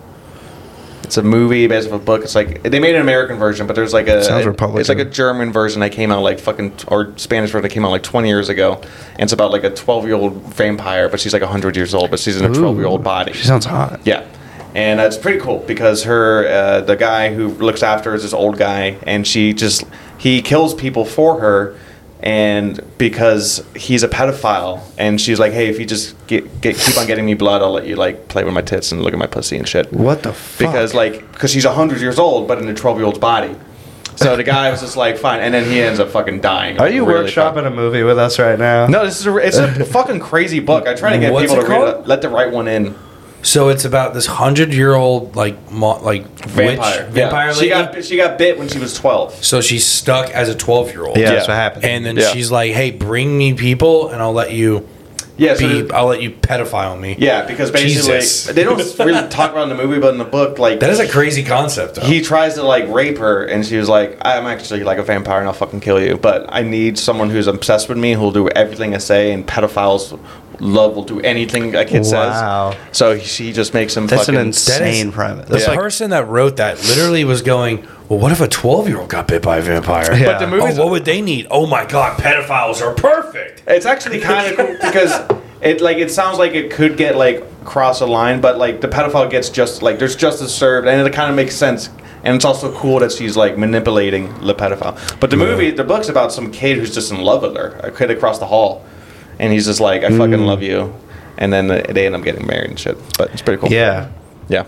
It's a movie based off a book. It's like they made an American version, but there's like a
Sounds
It's like a
Republican.
German version that came out like fucking or Spanish version that came out like 20 years ago, and it's about like a 12 year old vampire, but she's like 100 years old, but she's in a 12 year old body.
She sounds hot.
Yeah. And uh, it's pretty cool because her, uh, the guy who looks after her is this old guy, and she just, he kills people for her and because he's a pedophile, and she's like, "Hey, if you just get, get keep on getting me blood, I'll let you like play with my tits and look at my pussy and shit."
What the fuck?
Because like, because she's hundred years old, but in a twelve-year-old's body. So the guy was just like, "Fine," and then he ends up fucking dying.
Are you
Really fucked.
workshopping a movie with us right now?
No, this is a, it's a fucking crazy book. I try to get
What's
people
it
to read
called?
it. Let the right one in.
So it's about this hundred year old like mo- like
Vampire.
witch,
Yeah.
vampire lady.
She got she got bit when she was twelve.
so she's stuck as a twelve year old.
Yeah,
Yeah.
that's what happened.
And then
Yeah.
she's like, "Hey, bring me people, and I'll let you
Yeah. So
be.
there's-
I'll let you pedophile me."
yeah, because basically
Jesus.
they don't really talk about it in the movie, but in the book, like
That is a crazy concept. Though.
he tries to like rape her, and she was like, "I'm actually like a vampire, and I'll fucking kill you." But I need someone who's obsessed with me, who'll do everything I say, and pedophiles love will do anything a kid
Wow.
says. So she just makes him.
That's an
fucking,
That is-
insane private.
The
That's like,
person that wrote that literally was going, "Well, what if a twelve-year-old got bit by a vampire?
But Yeah. the
oh,
movie's-
what would they need? Oh my God, pedophiles are perfect.
It's actually kind of cool because it like it sounds like it could get like cross a line, but like the pedophile gets just like there's justice served, and it kind of makes sense. And it's also cool that she's like manipulating the pedophile. But the movie, the book's about some kid who's just in love with her, a kid across the hall, and he's just like, "I fucking
Mm.
love you," and then they end up getting married and shit. But it's pretty cool.
yeah.
yeah.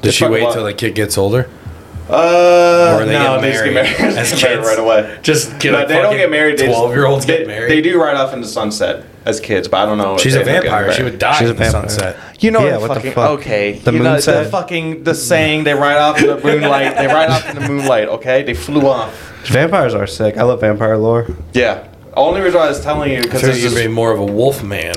Did
It's
she
fucking
wait
wild.
till the kid gets older?
Uh,
Or they
no,
get
they just get
married
married, They
as
get married
kids.
right away.
Just get
no,
a
they don't
fucking
get married. they just-
12-year-olds get
they-
married.
They do right off into sunset as kids, but I don't know. if
She's
they
a
end up getting
vampire. She
married.
would die
She's a
in the
vampire.
sunset.
You know
Yeah,
the
what the
fucking-
fuck?
Okay,
The
you
moon
know, the
said.
fucking the saying they ride off in the moonlight. they ride off in the moonlight. Okay, they flew off.
Vampires are sick. I love vampire lore.
Yeah. Only reason I was telling you because
So
this
you'd be
is
more of a wolf man.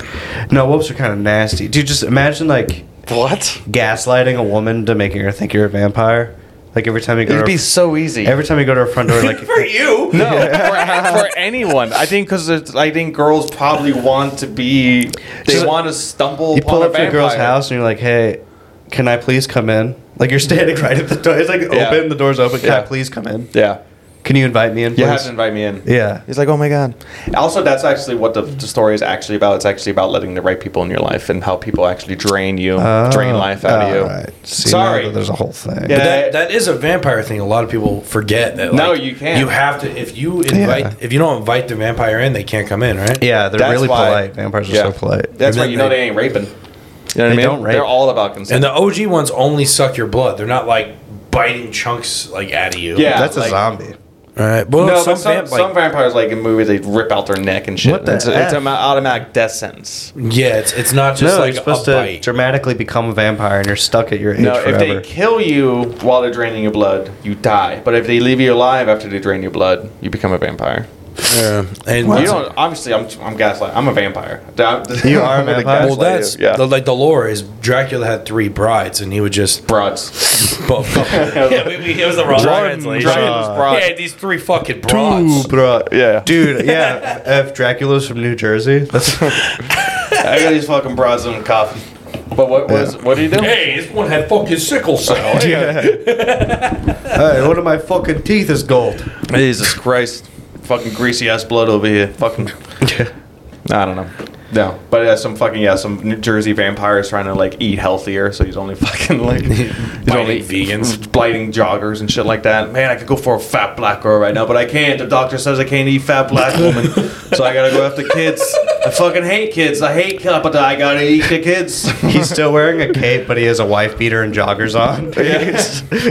No, wolves are kind of nasty. Dude, just imagine like
what
gaslighting a woman to making her think you're a vampire. Like every time you go, to
it'd
her,
be so easy.
every time you go to her front door, like
For you,
no, for, for anyone. I think because I think girls probably want to be. They
Just-
want to stumble.
you
upon
pull
a
up to a girl's
vampire.
house and you're like, hey, can I please come in? Like you're standing right at the door. It's like
Yeah.
open. The door's open. Can I
Yeah.
please come in?
Yeah.
Can you invite me in? Please?
You have to invite me in.
Yeah.
He's like, oh my god. Also, that's actually what the, the story is actually about. It's actually about letting the right people in your life and how people actually drain you, drain life out of you.
Oh, Alright. See,
Sorry.
now that There's a whole thing.
Yeah.
that, that is a vampire thing. A lot of people forget that.
No,
like,
you can't.
You have to if you invite
Yeah.
if you don't invite the vampire in, they can't come in, right?
Yeah, they're
That's
really
why-
polite. Vampires are
yeah.
so polite.
That's
And
why
then
you know
they-
they, ain't raping. You know what I mean?
They don't rape.
They're all about
And
consent.
the OG ones only suck your blood. They're not like biting chunks like out of you.
Yeah.
That's
like-
a zombie.
All right. Well,
no,
oh, some,
but some,
vamp- like-
some vampires, like in movies, they rip out their neck and shit.
What the
it's, it's
F?
an automatic death sentence.
yeah, it's it's not just
No,
like
you're supposed
a
to
bite.
dramatically become a vampire, and you're stuck at your age
No, if
forever.
they kill you while they're draining your blood, you die. But if they leave you alive after they drain your blood, you become a vampire.
Yeah. And
You don't. Obviously, I'm. I'm gaslight. I'm a vampire.
You are a
I'm gonna
vampire?
gaslight
well, that's
you. yeah.
the, like the lore is Dracula had three brides, and he would just.
broads.
Bo- yeah, we, we, it was the wrong translation.
Dragons
uh,
Yeah,
broad.
he had these three fucking broads.
bro. Yeah.
Dude, yeah. if Dracula's from New Jersey, that's
I got these fucking broads in the coffee. But what was? What do you do?
Hey, this one had fucking sickle cell.
yeah. hey, one of my fucking teeth is gold.
Jesus Christ! Fucking greasy ass blood over here. Fucking. I don't know. No, but uh, some fucking yeah, some New Jersey vampire is trying to like eat healthier, so he's only fucking like he's only
vegans.
blighting joggers and shit like that. Man, I could go for a fat black girl right now, but I can't. The doctor says I can't eat fat black woman, so I gotta go after kids. I fucking hate kids. I hate kids, but I gotta eat the kids.
He's still wearing a cape, but he has a wife beater and joggers on.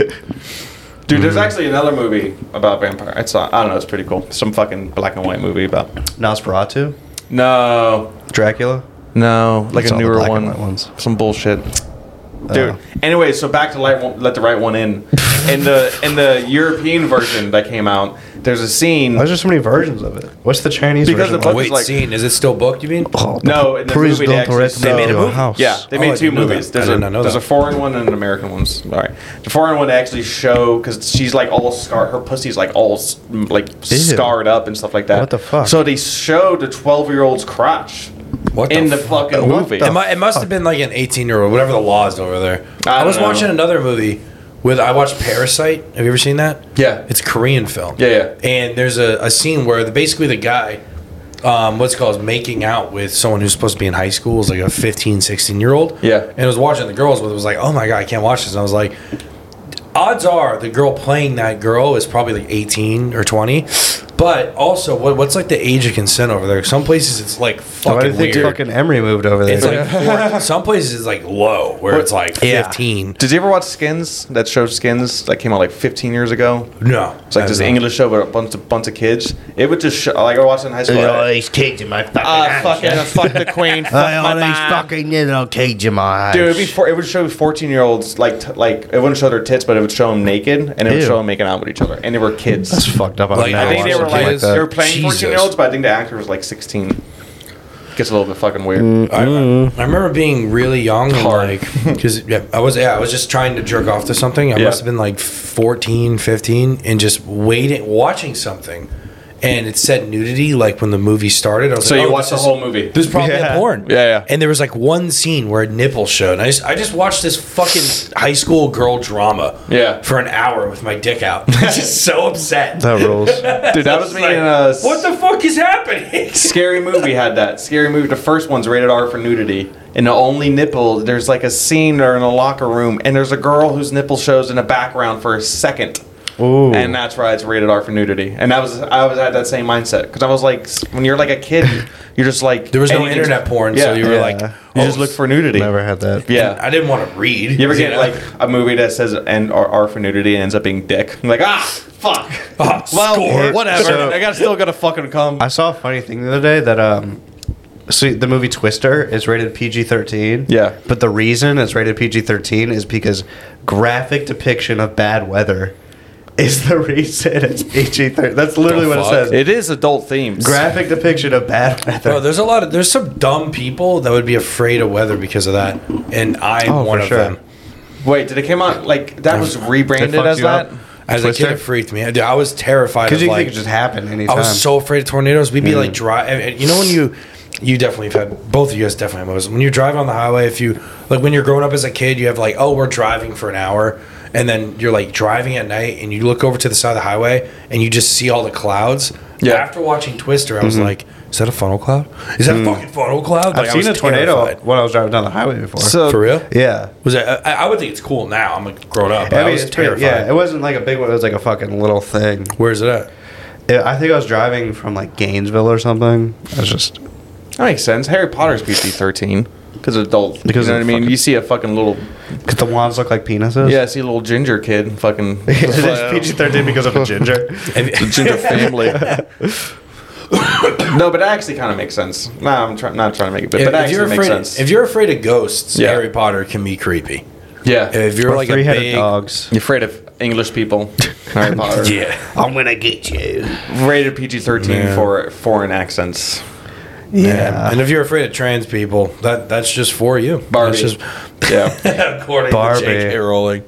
Dude, there's actually another movie about vampire. It's not, I don't know. It's pretty cool. Some fucking black and white movie about.
Nosferatu,
No,
Dracula.
no, like
It's
a
all the
newer
black and
one.
white ones.
Some bullshit.
Uh,
Dude. Anyway, so back to light, Won't- let the right one in. In the in the European version that came out, there's a scene.
why is there so many versions of it? What's the Chinese
Because the
version?
Oh,
book-
one?
wait,
Like-
scene. Is it still booked, you mean?
Oh,
No, in the
please
movie they
don't
actually-
threaten
They
me
made a
to your
movie?
house.
Yeah, they
Oh, I
made two
didn't know
movies.
that. I
There's, a,
did not know
there's a
that.
foreign one and an American one. Sorry, the foreign one they actually show because she's like all scar, her pussy's like all s- m- like scarred up and stuff like that.
What the fuck?
So they show the twelve year old's crotch
What
in
the
the, fucking
What
movie.
the
It, mu- it must have been like an 18 year old, whatever the law is over there.
I
I,
don't
was
know.
watching another movie with, I watched Parasite. Have you ever seen that?
Yeah.
It's a Korean film.
Yeah, yeah.
And there's a, a scene where the, basically the guy, um, what's it called, is making out with someone who's supposed to be in high school, is like a 15, 16 year old.
Yeah.
And I was watching the girls, but it was like, oh my God, I can't watch this. And I was like, odds are the girl playing that girl is probably like 18 or 20. But But also, what, what's like the age of consent over there? Some places it's like fucking
Why do you think
weird.
fucking Emery moved over there?
it's like four, some places it's like low, where it's like
Yeah.
fifteen.
Did you ever watch Skins? That show Skins that came out like 15 years ago.
No,
It's like this English show with a bunch of bunch of kids. It would just show, like I watched it in high school.
these kids in my fucking
Uh, fucking fuck the queen. Fuck my mom.
little kids in my eyes.
Dude, it'd be four, it would show 14 year olds like t- like it wouldn't show their tits, but it would show them naked, and it would
Ew.
show them making out with each other, and they were kids.
That's fucked up.
Like,
I
I
think they
watched
were like,
something like
they were
that.
playing
Jesus.
14 year olds, but I think the actor was like 16. Gets a little bit fucking weird.
I,
Mm-hmm.
I remember being really young, and like because yeah, I was yeah, I was just trying to jerk off to something. I
Yeah.
must have been like 14, 15, and just waiting, watching something, and it said nudity. Like when the movie started, I was
So
like,
you
oh,
watched the
this-
whole movie.
There's probably
Yeah.
a porn.
Yeah, yeah.
And there was like one scene where a nipple showed. And I just I just watched this fucking high school girl drama.
Yeah.
For an hour with my dick out. I was just so upset.
that rules.
Dude, that was me uh,
Like,
in a
what the fuck is happening?
Scary movie had that. Scary movie. The first one's rated R for nudity. And the only nipple, there's like a scene they're in a locker room, and there's a girl whose nipple shows in the background for a second.
Ooh.
And that's why it's rated R for nudity. And that was I was at that same mindset because I was like, s- when you're like a kid, you're just like
There was no
anything's-
internet porn, so you were
Yeah.
like,
You
you just
oh,
look for nudity.
Never had that.
Yeah.
I didn't want to read.
You ever get
know?
like a movie that says and R, R for nudity and ends up being dick? You're like ah fuck.
Ah, score.
whatever.
So-
I got still gotta fucking come.
I saw a funny thing the other day that um, see the movie Twister is rated PG thirteen.
Yeah.
but the reason it's rated PG thirteen is because graphic depiction of bad weather is the reason it's PG thirteen. That's literally
The
what it
fuck?
says.
it is adult themes.
graphic depiction of bad weather.
Bro, there's a lot of there's some dumb people that would be afraid of weather because of that, and I'm
Oh,
one
for
of
sure.
them.
Wait, did it come out like that was rebranded
fucked
as
you
that?
up?
As a kid,
Twister?
it freaked me. Dude, I was terrified.
Because
Because
you think it just Mm. happened anytime.
I was so afraid of tornadoes. We'd be like drive. You know when you, you definitely have had both of you guys definitely have those. When you drive on the highway, if you like when you're growing up as a kid, you have like oh we're driving for an hour, and then you're like driving at night, and you look over to the side of the highway, and you just see all the clouds.
Yeah.
After watching Twister, I was like, is that a funnel cloud? Is that a fucking funnel cloud?
Mm-hmm. Mm. I've
Like, I
seen a
was
tornado
terrified.
when I was driving down the highway before.
So
For real?
yeah.
Was that, I, I would think it's cool now. I'm like grown up. But I,
I mean,
was
it's pretty-
terrified.
yeah, it wasn't like a big one. It was like a fucking little thing.
Where's it at?
It, I think I was driving from like Gainesville or something. I was just
that makes sense. Harry Potter's PG thirteen because adult.
Because
Because you know what
of
I mean.
fucking-
You see a fucking little
because the wands look like penises.
yeah, I see a little ginger kid fucking
PG thirteen because of a ginger.
the ginger family. no, but that actually kind of makes sense. No, I'm try- not trying to make it, but,
If,
but that
if you're
actually makes
afraid,
sense.
if you're afraid of ghosts,
Yeah.
Harry Potter can be creepy.
yeah,
If you're
Or
like a
three-headed
big,
dogs.
you're afraid of English people, Harry Potter.
yeah,
I'm gonna get you.
rated PG thirteen for foreign accents.
Yeah.
and if you're afraid of trans people, that that's just for you.
Barbie.
That's just
Yeah,
according
Barbie.
to J.K. Rowling.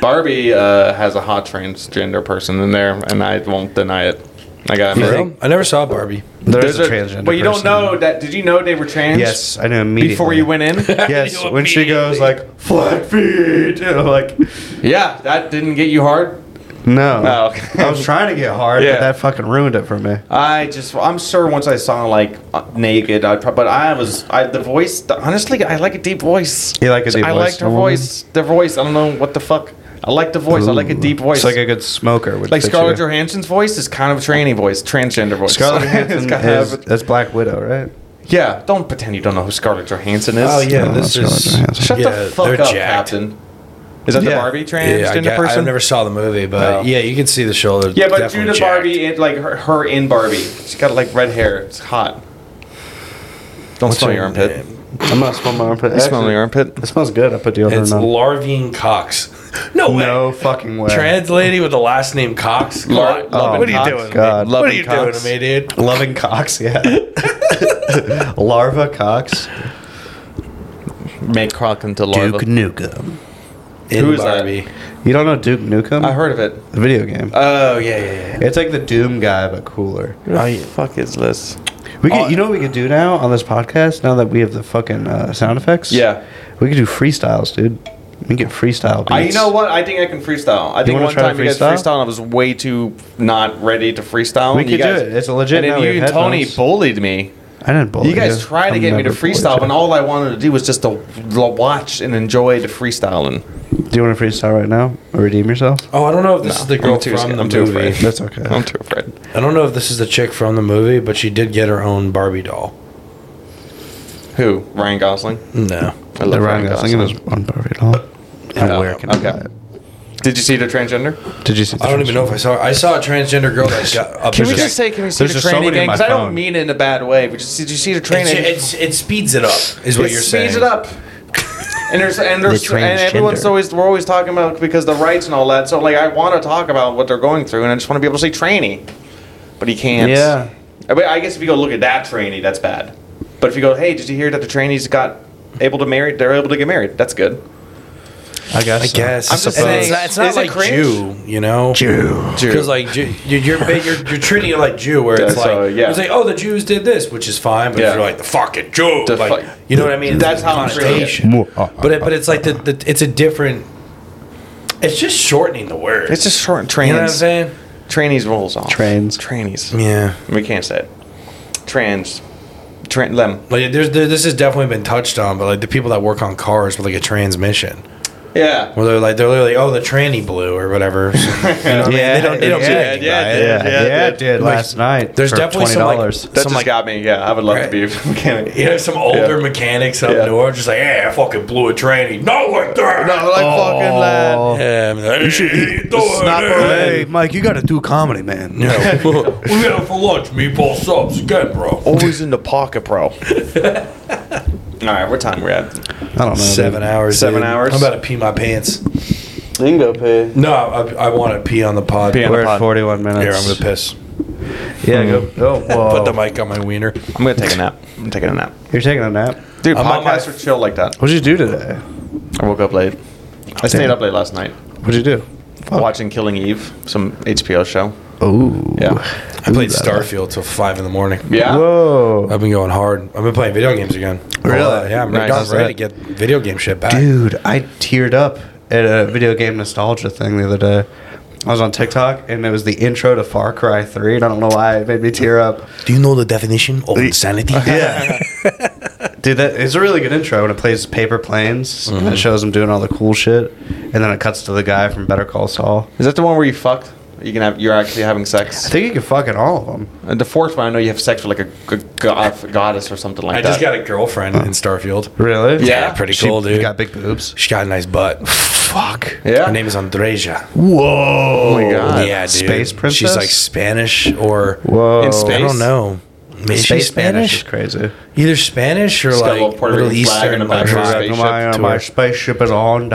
Barbie uh, has a hot transgender person in there, and I won't deny it. I got
For real? I never saw Barbie.
There's, a, transgender.
But you
person.
don't know that. Did you know they were trans?
Yes, I know immediately.
Before you went in.
Yes,
knew
when she goes like flat feet, and I'm like,
yeah, that didn't get you hard.
no.
Oh, okay.
I was trying to get hard,
Yeah.
but that fucking ruined it for me.
I just, I'm sure once I saw like uh, naked, I probably, but I was, I the voice. the- honestly, I like a deep voice.
You like a deep
I
voice,
liked her
a woman?
voice. The voice. I don't know what the fuck. I like the voice. I like a deep voice.
It's like a good smoker. Would
Like
fit
Scarlett
you.
Johansson's voice is kind of a tranny voice, transgender voice.
Scarlett
It's
Johansson
kind of-
is that's Black Widow, right?
yeah, don't pretend you don't know who Scarlett Johansson is.
Oh yeah,
No,
this
that's Scarlett
is.
Johansson.
Shut
Yeah,
the fuck
they're
up,
jacked.
Captain. Is that the
Yeah.
Barbie
Yeah, I,
transgender
get- I
person?
never saw the movie, but
Oh.
yeah, you can see the shoulder.
Yeah, but
definitely
Judah
jacked.
Barbie, in, like her, her in Barbie, she's got like red hair. It's hot. Don't smell your armpit.
I'm not smelling my armpit.
You smell your armpit.
It smells good. I put
It's
deodorant on.
Larvine Cox. No way.
no fucking way. Oh
Trans lady with the last name Cox. Come
Lar-
on.
Lovin'
what are you
Cox.
doing?
God.
Man? What are
Lovin'
you doing
Cox.
to me, dude?
Loving cocks, yeah. Larva cocks.
Make Croc into larva.
Nukem.
In
Who is that?
You don't know Duke Nukem?
I heard of it.
the video game.
Oh yeah, yeah,
it's like the Doom guy, but cooler.
yeah. Who the fuck is this?
We
Oh,
could, you know what we could do now on this podcast? Now that we have the fucking uh, sound effects,
Yeah.
we could do freestyles, dude. We get freestyle beats.
I, you know what? I think I can freestyle. I think
wanna
one
try to
time you guys
freestyle?
freestyle, and I was way too not ready to freestyle.
We
and you
could do
guys-
it. It's legit
And
now,
then
we
you
have
and Tony
headphones.
bullied me.
I didn't bully
You guys tried to
I'm
get me to
never bullied
freestyle,
you.
and all I wanted to do was just to l- watch and enjoy the freestyling.
Do you want to freestyle right now or redeem yourself?
Oh, I don't know if this
No,
is the girl
I'm too
from
scared-
the
I'm too
movie.
afraid.
That's okay.
I'm too afraid.
I don't know if this is the chick from the movie, but she did get her own Barbie doll.
Who? Ryan Gosling.
No.
I
The Ryan Gosling was on Barbie doll. And
Yeah,
where can
okay.
I buy it?
Did you see the transgender?
Did you see? The
I don't even know if I saw. I saw a transgender girl that got up.
Can we
there.
just say? Can we see
There's
the
just so
train
many in
again?
my
Because I don't
phone.
mean it in a bad way. But just, did you see the train?
It's,
again?
it's, it speeds it up, is what
it
you're
speeds
saying.
it up. And there's and there's
The
and everyone's
transgender.
always we're always talking about because the rights and all that. So like I want to talk about what they're going through, and I just want to be able to say trainee, but he can't.
Yeah.
I, mean, I guess if you go look at that trainee, that's bad. But if you go, hey, did you hear that the trainees got able to marry? They're able to get married. That's good.
I guess.
I guess.
I'm just
And
saying,
it's not, it's not
is it
like
cringe?
Jew, you know.
Jew.
Because like Jew, you're, you're ba- you're you're treating it like Jew, where it's
Yeah,
like
so, yeah.
it's like oh the Jews did this, which is fine, but
Yeah.
if you're like the fucking Jew,
The
like
fuck-
you know what I mean? It's
That's
a
how I'm treating it.
connotation.
Uh-uh.
But it, but it's like the, the it's a different. It's just shortening the word.
It's just short
you know what I'm
trains.
saying?
trainees rolls off.
Trains.
Trainees.
Yeah.
We can't say it. Trans. Tran. Lem.
Like there's there, this has definitely been touched on, but like the people that work on cars with like a transmission,
Yeah.
where they're like they're literally oh the tranny blew or whatever.
Yeah,
they don't- they don't
yeah,
do
yeah,
yeah,
that.
yeah, yeah, it did
Like,
last night.
there's
for
definitely some, like-
$20.
That
Some,
just
like-
got me. Yeah, I would love to be a mechanic.
You know, some older
Yeah.
mechanics up
Yeah.
north just like, hey, I fucking blew a tranny. No, like that.
No, like fucking lad.
Yeah, I mean, Ehm, hey, don't-
Hey, Mike, you gotta do comedy, man.
Yeah. we had it for lunch, meatball subs again, bro.
Always in the pocket, bro. All right, what time we're at?
I don't know.
Seven
dude.
hours.
Seven
dude.
hours?
I'm about to pee my pants.
Dingo pay.
No, I, I want to pee on the pod.
Pee on
We're
the
at
pod.
41 minutes.
Here, I'm gonna piss.
Yeah, go. Oh, whoa.
Put the mic on my wiener.
I'm gonna take a nap. I'm taking a nap.
You're taking a nap.
Dude,
I'm on my-
podcasts are chill like that.
What'd you do today?
I woke up late. I stayed up late last night
What'd you do?
watching Killing Eve, some HBO show.
Oh.
Yeah.
I played Starfield till five in the morning.
Yeah.
Whoa.
I've been going hard. I've been playing video games again.
Really?
Uh, yeah, I'm
Nice.
dog
How's
ready to get video game shit back.
Dude, I teared up at a video game nostalgia thing the other day. I was on TikTok and it was the intro to Far Cry 3, and I don't know why it made me tear up.
Do you know the definition of insanity?
Yeah. Dude, that is a really good intro when it plays paper planes and it shows him doing all the cool shit. And then it cuts to the guy from Better Call Saul.
Is that the one where you fucked? You can have. You're actually having
I
sex.
think you can fuck in all of them.
And the fourth one, I know you have sex with like a, g- god, goddess or something like
I
that.
just got a girlfriend in Starfield.
Really?
Yeah.
pretty
She
cool, dude.
got big boobs.
She got a nice butt. Fuck.
Yeah.
Her name is Andreja.
Oh my god.
yeah,
Uh,
dude.
Space princess?
She's like Spanish or
Whoa.
In space?
I don't know. Maybe
Space
she's
Spanish
Spanish.
is crazy.
Either Spanish or
got a
like
little Puerto
Middle
Rican flag in
Eastern.
the back
like,
of her
hot.
spaceship
my,
to
my
her.
spaceship is on.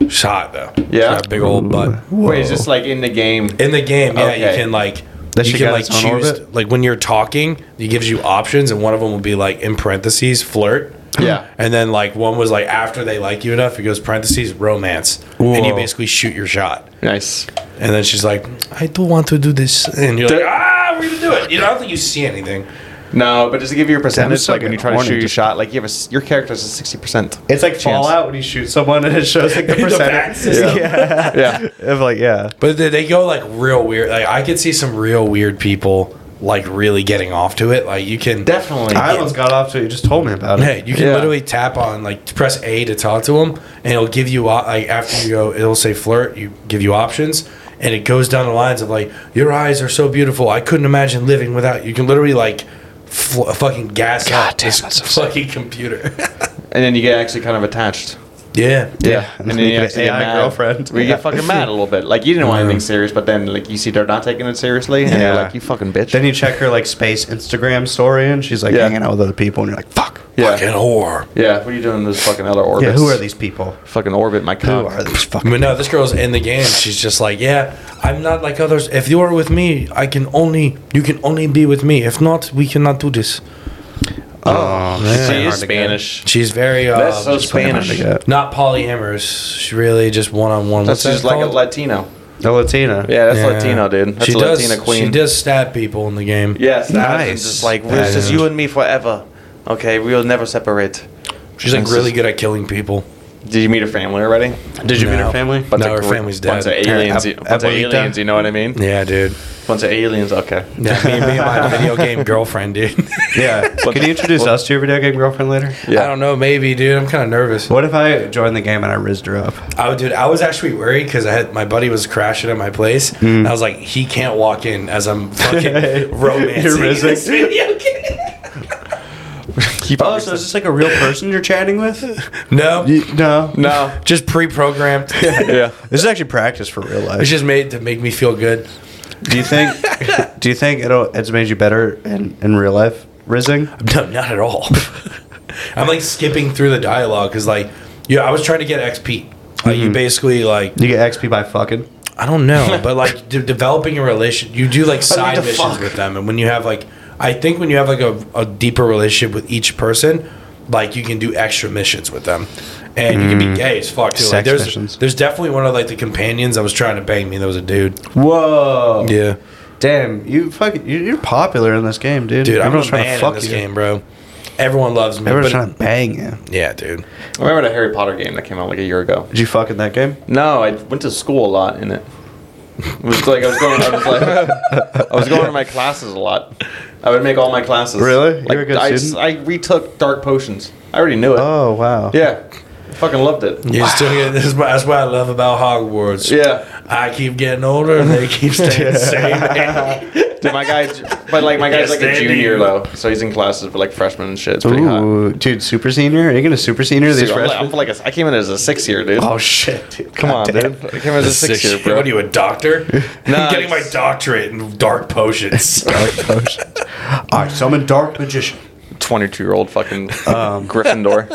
She's hot though.
Yeah?
She's got a big old butt.
Wait, is this like in the game?
In the game, yeah,
Okay.
you can like
Does
you
she
can
got
like
its own
choose
orbit?
like when you're talking, it gives you options, and one of them will be like in parentheses flirt.
Yeah.
And then like one was like after they like you enough, it goes parentheses romance, and you
Whoa.
basically shoot your shot.
Nice.
And then she's like, I do want to do this, and you're like, ah, we're gonna do it. You know, I don't think you see anything.
No, but does it give you a percentage?
so
like when you
good.
try to
Horny
shoot your
just-
shot, like you have a, s- your character has a sixty percent.
It's like
Chance.
Fallout when you shoot someone and it shows like the
The back
percentage.
system.
Yeah,
Of like, yeah.
But they, they go like real weird. Like I could see some real weird people like really getting off to it. Like you can
definitely.
I almost got off to it. You just told me about it.
Hey, you can
Yeah.
literally tap on like to press A to talk to him, and it'll give you op- like after you go, it'll say flirt. You give you options, and it goes down the lines of like your eyes are so beautiful. I couldn't imagine living without you. You can literally like fl- fucking gas up this fucking computer.
and then you get actually kind of attached.
yeah,
Yeah, and then
You
you
get
actually
an
get
AI
mad.
girlfriend.
We
Yeah.
get fucking mad a little bit. Like you didn't want anything serious, but then like you see they're not taking it seriously, and you're
Yeah.
like, you fucking bitch.
Then you check her like space Instagram story and she's like
Yeah.
hanging out with other people and you're like, fuck.
fucking
yeah,
whore.
yeah. What are you doing in this fucking other orbit?
Yeah, who are these people?
Fucking orbit my
Who
cock.
are these
I
fucking
mean, no, this girl's in the game. She's just like, yeah, I'm not like others. If you are with me, I can only, you can only be with me. If not, we cannot do this.
Oh,
She
man.
is Spanish.
She's very, uh,
That's so Spanish.
Yeah.
not polyamorous. She really just one on one.
That's just like a Latino.
The Latina.
Yeah, that's Latino, dude. That's
she
a
does,
Latina queen.
She does stab people in the game.
Yes, that
Nice.
nice. Just like it's just you and me forever. Okay, we will never separate.
she's like
That's
really
just-
good at killing people.
Did you meet her family already?
Did you meet
No.
her family?
Bunch
No,
of
her
gr-
family's
Bunch of
dead.
aliens.
Ab-
bunch of
Abuelita?
aliens. You know what I mean?
Yeah, dude.
Bunch of aliens. Okay.
Yeah, me, me and my video game girlfriend, dude.
yeah. Can you introduce us to your video game girlfriend later?
I don't know, maybe, dude. I'm kind of nervous.
What if I joined the game and I rizzed her up?
I would, dude. I was actually worried because I had my buddy was crashing at my place. And I was like, he can't walk in as I'm fucking romancing
You're rizzing.
this video game.
Keep
Oh, so is this like a real person you're chatting with?
No,
no.
no.
just pre-programmed. it's
Yeah.
This is actually practice for real life.
just made to make me feel good.
Do you think? do you think it'll it's made you better in in real life? Rizzing?
No, not at all. I'm like skipping through the dialogue because, like, yeah, I was trying to get XP. Like, you basically like
You get XP by fucking.
I don't know, but like de- developing a relation, you do like side
to
missions
fuck.
with them, and when you have like, I think when you have like a, a deeper relationship with each person, like you can do extra missions with them, and you can be gay as fuck too. Like
Mm. Sex
there's
missions.
there's definitely one of like the companions I was trying to bang me. That was a dude.
Whoa.
Yeah,
Damn, you fucking you, you're popular in this game, dude.
dude, I'm
Everyone's
a man in this game, bro. Everyone loves me.
Everyone's
but-
trying to bang you.
yeah, dude.
I remember the Harry Potter game that came out like a year ago.
Did you fuck in that game?
No, I went to school a lot in it. It was like I was going. I was like, I was going to my classes a lot. I would make all my classes.
Really?
Like,
You're a good
I,
student?
I retook dark potions. I already knew it.
Oh wow.
Yeah, fucking loved it.
You still get this. is what- That's what I love about Hogwarts.
Yeah.
I keep getting older, and they keep staying the same.
Dude, my guy, but like my guy's
Yes,
like
they
a junior
do.
though, so he's in classes for like freshmen and shit. It's pretty hot.
Ooh, dude, super senior? Are you gonna super senior these
Dude, I'm, like,
freshmen?
I'm like a, I came in as a six year dude.
Oh shit, dude.
Come on,
God damn.
dude. I came in as a six year, bro.
What are you, a doctor?
Nah,
I'm getting my
it's-
doctorate in dark potions.
All right, so I'm a dark magician.
Twenty two year old fucking
Um.
Gryffindor.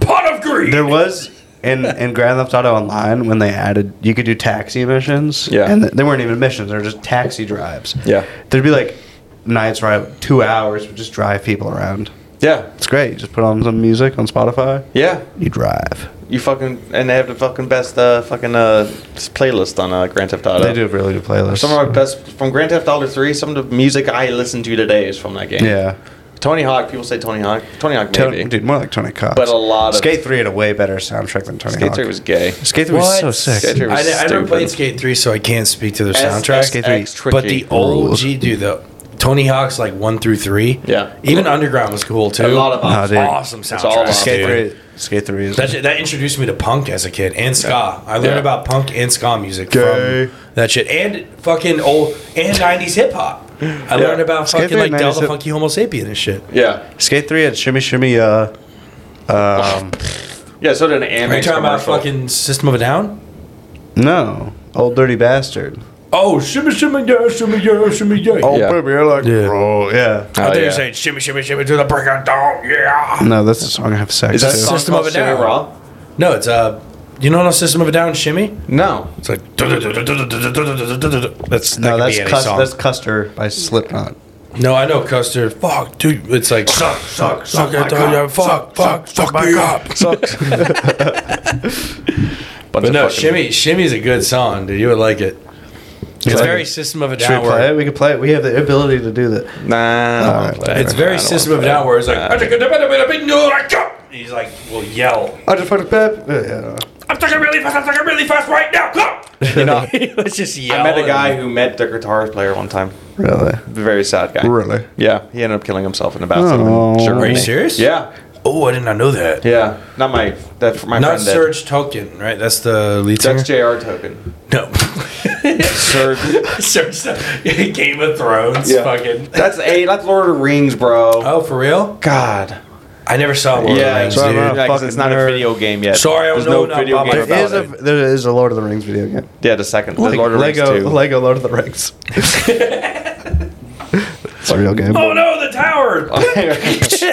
Pot of greed.
There was in in Grand Theft Auto Online when they added you could do taxi missions.
Yeah.
and th- they weren't even missions; they were just taxi drives.
Yeah.
there'd be like nights where I, two hours would just drive people around.
Yeah,
It's great. You just put on some music on Spotify.
yeah.
You drive.
You fucking and they have the fucking best uh, fucking uh, s- playlist on uh, Grand Theft Auto.
They do have really good playlists.
Some of my best from Grand Theft Auto Three. Some of the music I listen to today is from that game.
yeah.
Tony Hawk. People say Tony Hawk. Tony Hawk
Tony,
maybe.
dude, more like Tony Cox.
But a lot of-
Skate Three had a way better soundtrack than Tony
Skate
Hawk.
Three was gay.
Skate Three was so sick.
Skate Three was
I, I never
stupid.
played Skate 3, so I can't speak to their soundtrack.
SSX tricky.
But the
Ooh.
old G, dude, the Tony Hawk's like 1 through 3.
Yeah.
Even Underground was cool, too.
A lot of
Oh, dude.
awesome soundtrack.
all about
Skate
dude.
Three. Skate Three is
That, shit- that introduced me to punk as a kid and ska. I learned
Yeah.
about punk and ska music
Gay.
from that shit and fucking old and 90s hip hop. I learned about
Skate
fucking
Three,
like Del
90s
the
hip-
Funky Homo Sapien and shit.
Yeah,
Skate Three had Shimmy Shimmy. Uh, um,
yeah. So did an
Are
anime
you talking about
commercial.
fucking System of a Down?
no, Old Dirty Bastard.
Oh, shimmy, shimmy, yeah, shimmy, yeah, shimmy, yeah.
Oh,
Yeah.
baby, I like
Yeah.
bro. Yeah.
I
Oh,
thought you were
yeah.
saying shimmy, shimmy, shimmy to the break of dawn, yeah.
No, that's the song I have sex
Is that
to.
song
System
called
of a Down.
Shimmy Raw?
No, it's uh, you know, no System of a Down shimmy.
No,
It's like that's that
no,
could
that's
be any
Cus-
song.
that's Custer by Slipknot.
No, I know Custer. Fuck, dude, it's like suck, suck, suck, I tell you, fuck, fuck, fuck my cop.
Bunch
But
of
no,
fucking-
shimmy, shimmy's a good song, dude. You would like it. It's
like
very
it?
System of a
Should
Down.
we play
where-
it? We can play it. We have the ability to do that.
Nah, I don't wanna play it.
It's
I
very
don't
System of
wanna play
a Down,
it.
where it's like and he's like, will yell.
I just put a pep. Yeah, yeah.
I'm talking really fast. I'm talking really fast right now. Go. You know, let's just yell.
I met a guy who met the guitar player one time.
Really?
Very sad guy.
Really?
Yeah, he ended up killing himself in the bathroom.
Oh.
in Germany.
Are you serious?
Yeah,
Oh, I did not know that.
yeah. Not my that my
Not
friend. did.
Serge Token, right? That's the lead singer.
That's JR token.
no,
Serge.
Serge Token. Game of Thrones.
Yeah.
Fucking.
That's a. That's Lord of the Rings, bro.
Oh, for real?
God.
I never saw Lord
yeah,
of
it's,
the
sorry,
Rings,
man.
dude.
yeah, 'cause
Fucking
it's not
nerd.
a video game yet.
Sorry, I
There's
don't
no
know about
video
Bob-
game
There
about
There is a
it.
there is a Lord of the Rings video game.
yeah, the second. The Lord of the Rings
Lego
2.
Lego Lord of the Rings. it's a real game.
Oh no, the tower.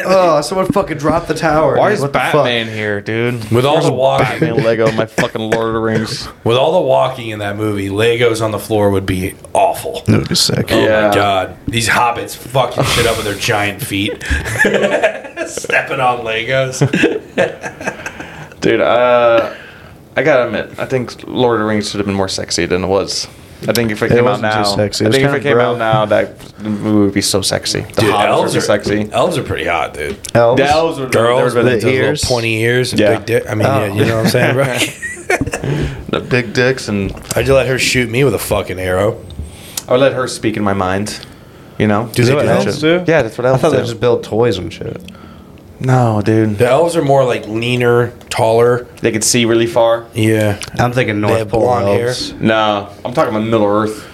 Oh, someone fucking dropped the tower.
Why
dude.
is
What the fuck?
Batman here, dude?
With all the walking,
Batman Lego, my fucking Lord of the Rings.
with all the walking in that movie, Legos on the floor would be awful.
That would be sick.
Oh
Yeah.
my god. These hobbits fucking shit up with their giant feet. Stepping on Legos.
Dude, uh, I gotta admit, I think Lord of the Rings should have been more sexy than it was. I think if it came out
wasn't too
now,
sexy. It
I
was
think if
kinda
it came
bro.
out now, that movie would be so sexy. The
Dude,
hobbits
elves
would
are
be sexy.
Elves are pretty hot, dude.
Elves?
The elves would
Girls
they're
with
really-
those
ears?
little pointy ears and
Yeah.
big dick. I mean, yeah, you know what I'm saying, bro?
the big dicks, and
I'd let her shoot me with a fucking arrow.
I would let her speak in my mind. You know, do
they do
that
elves
shit.
do?
Yeah, that's what
I
elves
thought
do.
Oh, they just build toys and shit.
no, dude,
The elves are more like leaner, taller.
they could see really far.
Yeah.
I'm thinking North
have
Pole
blonde hair.
elves.
No, I'm talking about Middle Earth.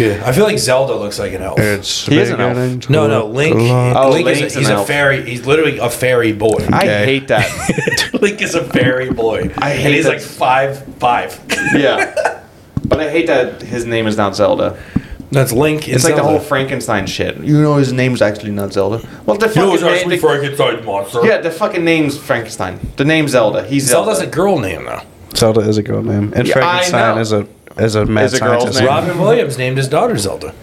Yeah. I feel like Zelda looks like an elf.
It's
He is an elf.
beginning to
no, no,
look
Link.
like-
Oh,
Link
Link's
is a,
an
he's a
elf.
fairy. He's literally a fairy boy.
I
Okay.
hate that.
Link is a fairy boy.
I
and
hate
he's
that.
like five five.
yeah, but I hate that his name is not Zelda.
That's Link.
It's like the whole Frankenstein shit. You know his name's actually not Zelda. Well, the
You
fucking
know, it's
name-
actually
the-
Frankenstein's monster.
yeah, the fucking name's Frankenstein. The name's Zelda. He's Zelda.
Zelda's a girl name though.
Zelda is a girl name, and
Yeah, I
Frankenstein
know.
is a is a mad
Is a girl's
scientist.
name.
Rob-
Robin Williams named his daughter Zelda.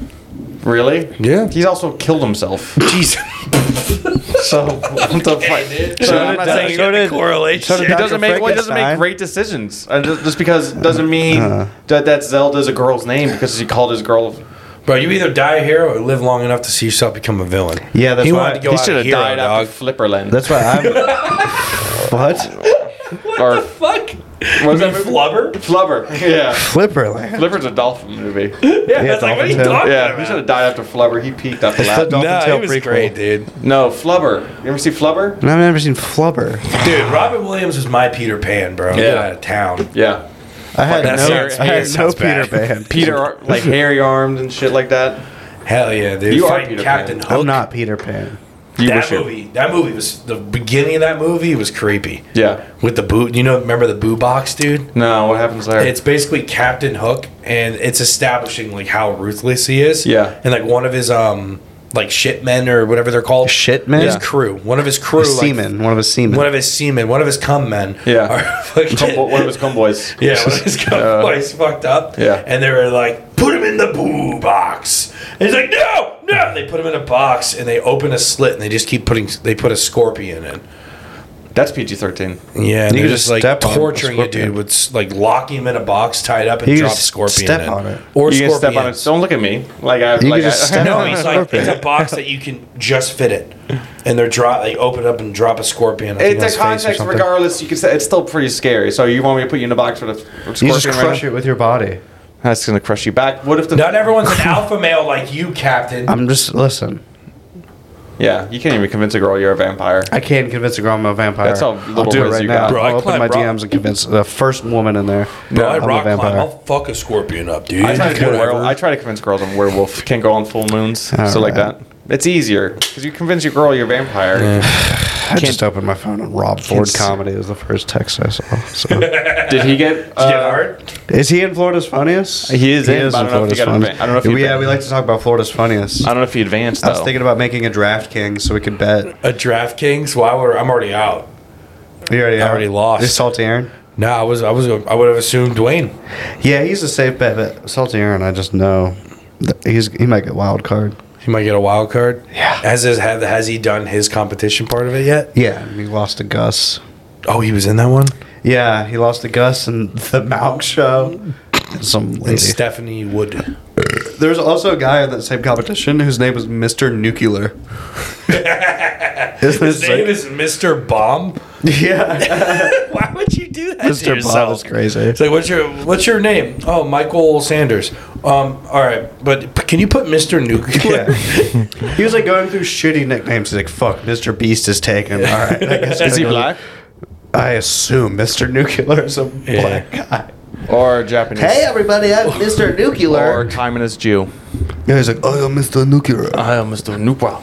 really?
Yeah.
He's also killed himself.
Jesus.
So what the fuck? So I'm not saying he
so did-
correlation.
so did
he doesn't
Dr.
make well, he doesn't make
Frankenstein.
great decisions. Uh, ju- just because doesn't mean that that Zelda's a girl's name because he called his girl.
Bro, you either die a hero or live long enough to see yourself become a villain.
Yeah, that's
he
why-
wanted to go
he
out
should
a
have
hero,
died
dog.
after Flipperland.
That's why I'm. what?
or
Fuck.
was
Was that
that movie?
Flubber?
Flubber. Yeah,
Flipperland.
Flipper's a dolphin movie.
Yeah, that's like what are you
Dolphin Tale.
talking
Yeah, he
about?
should have died after Flubber. He peaked after
the
that.
dol-
Nah,
Tale
he was
prequel.
great, dude.
no, Flubber. You ever see Flubber?
I've never seen Flubber.
Dude, Robin Williams was my Peter Pan, bro. Get out of town.
Yeah.
I had
That
no,
sounds-
I had
sounds
no Peter
bad.
Pan.
Peter, ar- like hairy armed and shit like that.
Hell yeah, dude.
You are
Fighting
Peter
Captain
Pan.
Hook.
I'm not Peter Pan.
You
that
wish you-
movie. That movie was the beginning of that movie was creepy.
Yeah.
With the boot, you know, remember the boo box, dude?
No, what happens there?
It's basically Captain Hook, and it's establishing like how ruthless he is.
Yeah.
and like one of his um like shipmen or whatever they're called,
Shitmen?
his
Yeah.
crew, one of his crew,
His
like,
seaman, one of his seamen.
one of his seamen, one of his cum men.
Yeah.
are fucking-
Cum- one of his cum boys.
yeah, one of his cum
Uh,
boys fucked up.
yeah.
and they were like, put him in the boo box. And he's like, no, no. And they put him in a box, and they open a slit, and they just keep putting. They put a scorpion in.
That's PG thirteen.
Yeah, and
You
they're
could
just
just
like
step on a
torturing a
scorpion.
dude with s- like locking him in a box, tied up, and
You could
drop a
just
scorpion.
step
in.
on it.
or
You can
scorpion.
step on it. Don't look at me. Like I.
can
like
just
I,
step
No,
on
he's
a
like
scorpion.
it's a box that you can just fit it, and they're drop they open up and drop a scorpion. I think, on his
It's a
face or
context.
something.
Regardless, you can say it's still pretty scary. So you want me to put you in a box with a with
you just
scorpion right
crush
now?
it with your body.
That's gonna crush you back. What if the?
Not everyone's an alpha male like you, Captain.
I'm just listen.
Yeah, you can't even convince a girl you're a vampire.
I can't convince a girl I'm a vampire.
That's how
I'll
little
do it
res
right
you
now.
got. Bro,
I
I'll open my
climb rock-
DMs and convince the first woman in there.
Bro, I
I'm a
rock climb.
vampire.
I'll fuck a scorpion up, dude.
I try, to
Whatever.
convince werewolf, I try to convince girls I'm a werewolf. Can't go on full moons, so like that.
Alright.
It's easier because you convince your girl you're a vampire.
I just opened my phone and Rob Ford
s-
comedy was the first text I saw. So.
Did he get?
Did you get
uh,
hard?
is he in Florida's funniest?
He is in, but I don't know if he got a
funniest.
ban- I don't know if he
we, yeah,
banned
we
him.
like to talk about Florida's funniest.
I don't know if he advanced though.
I was thinking about making a DraftKings so we could bet.
A DraftKings? Why would I'm already out?
We already
I already lost.
Is Salty Aaron?
No, I was I was I would have assumed Dwayne.
Yeah, he's a safe bet, but Salty Aaron, I just know that he's he might get wild card.
He might get a wild card.
Yeah.
Has his, have, has he done his competition part of it yet?
Yeah, and he lost to Gus.
Oh, he was in that one.
Yeah, he lost to Gus and the Malk show. And some lady.
And Stephanie Wood.
There's also a guy in that same competition whose name was Mr. Nuclear. His
His name is Mr. Bomb.
yeah.
Why would you do that to
Mr. Bob
yourself?
is crazy.
It's like, what's your what's your name? Oh, Michael Sanders. Um, all right, but p- can you put Mr. Nuclear?
Yeah. he was like going through shitty nicknames. He's like, "Fuck, Mr. Beast is taken." All right, I guess
Is he
Mr.
black
I assume Mr. Nuclear is a
Yeah.
black guy.
or Japanese?
everybody, I'm Mr.
or
Nuclear.
communist Jew.
Yeah, he's like, "I am Mr. Nuclear."
I am Mr. Nupa.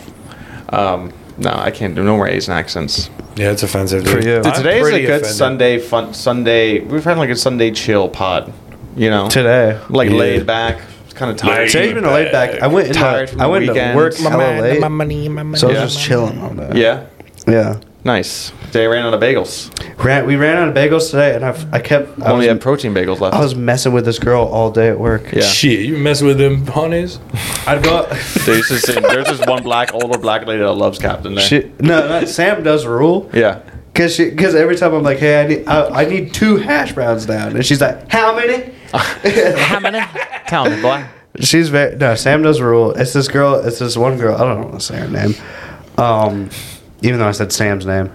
Um, no, I can't do no more Asian accents.
yeah, it's offensive.
For you.
Dude,
I'm
today is a
pretty
good
offended.
Sunday fun Sunday. We've had like a Sunday chill pod, you know.
Today,
like
Yeah.
laid back, kind of tired.
today's been a laid back. I went into,
Tired from
I
the
went to
weekend.
work
My
hella late,
money, my money.
so I
Yeah.
was just chilling on that.
Yeah,
yeah.
nice. They ran out of bagels.
Ran, we ran out of bagels today, and I've, I kept. I
Only
was,
had protein bagels left.
I was messing with this girl all day at work.
yeah.
Shit, you messing with them honeys?
I'd go. up-
There's just there's this one black older black lady that loves Captain there.
she, no, not, Sam does rule.
Yeah.
Cause she, cause every time I'm like, hey, I need, I, I need two hash browns down, and she's like, how many?
How many? Tell me, boy.
She's very no. Sam does rule. It's this girl. It's this one girl. I don't want to say her name, um, even though I said Sam's name.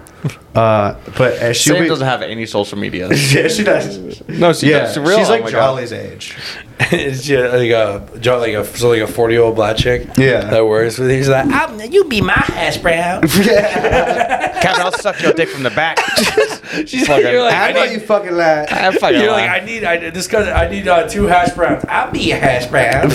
Uh, but uh, she
Sam
we-
doesn't have any social media.
yeah, she does.
no, she
Yeah,
does. She real-
she's
oh
like
my God.
Jolly's age.
it's just like a jo- like a so like a forty year old black chick.
Yeah.
that works with. He's like, I'm, you be my hash brown.
Captain, I'll suck your dick from the back.
She's like, you're like, I,
I know
need,
you fucking lied.
I'm fucking
you're
lying.
like, I need, I this cause I need uh, two hash browns. I'll be a hash brown.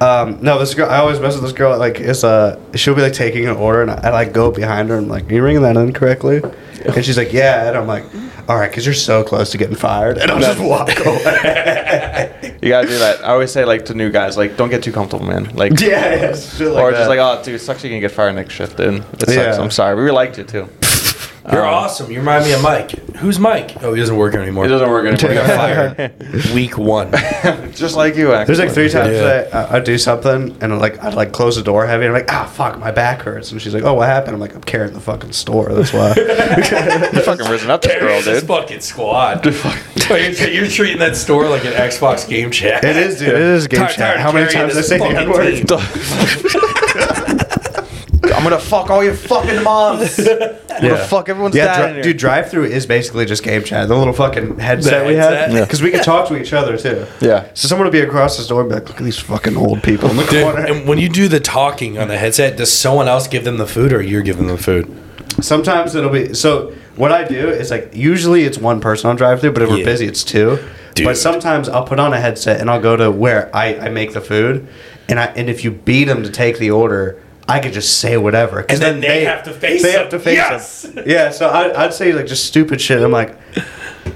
Um, no, this girl. I always mess with this girl. Like, it's uh, she'll be like taking an order, and I, I like go behind her and I'm like, "Are you ringing that incorrectly?" And she's like, "Yeah," and I'm like, "All right, because you're so close to getting fired," and I'll just walk away.
you gotta do that. I always say like to new guys, like don't get too comfortable, man. Like,
yeah, yeah, shit like
or just
that.
like, oh, dude, it sucks. You're gonna get fired next shift, dude. It sucks.
Yeah.
I'm sorry. We really liked you too.
You're awesome. You remind me of Mike. Who's Mike? Oh, he doesn't work anymore.
It doesn't work anymore.
Week one.
just like you, actually.
There's like three times
Yeah.
that I, I do something and I'm like I'd like close the door heavy and I'm like ah fuck my back hurts and she's like oh what happened I'm like I'm carrying the fucking store that's why
You're fucking risen up, this girl,
This
dude.
fucking squad. you're, you're treating that store like an Xbox game chat.
it is dude it is game
Tired-
chat
tired
how many
carrying
times I
this
say the
fucking
N word
team.
I'm gonna fuck all your fucking moms. I'm gonna
Yeah.
fuck everyone's
yeah
dad.
dri-
in here.
dude drive through is basically just game chat the little fucking headset we had
headset. Yeah.
because we could talk to each other too
Yeah.
so someone would be across the door and be like look at these fucking old people in the
Dude,
corner
and when you do the talking on the headset, does someone else give them the food or you're giving them the food?
sometimes it'll be so what I do is like usually it's one person on drive through but if we're
Yeah.
busy it's two
Dude.
but sometimes I'll put on a headset and I'll go to where I, I make the food and I and if you beat them to take the order I could just say whatever 'cause
And then they have to face
they
them.
have to face
Yes!
them yeah so I, I'd say like just stupid shit I'm like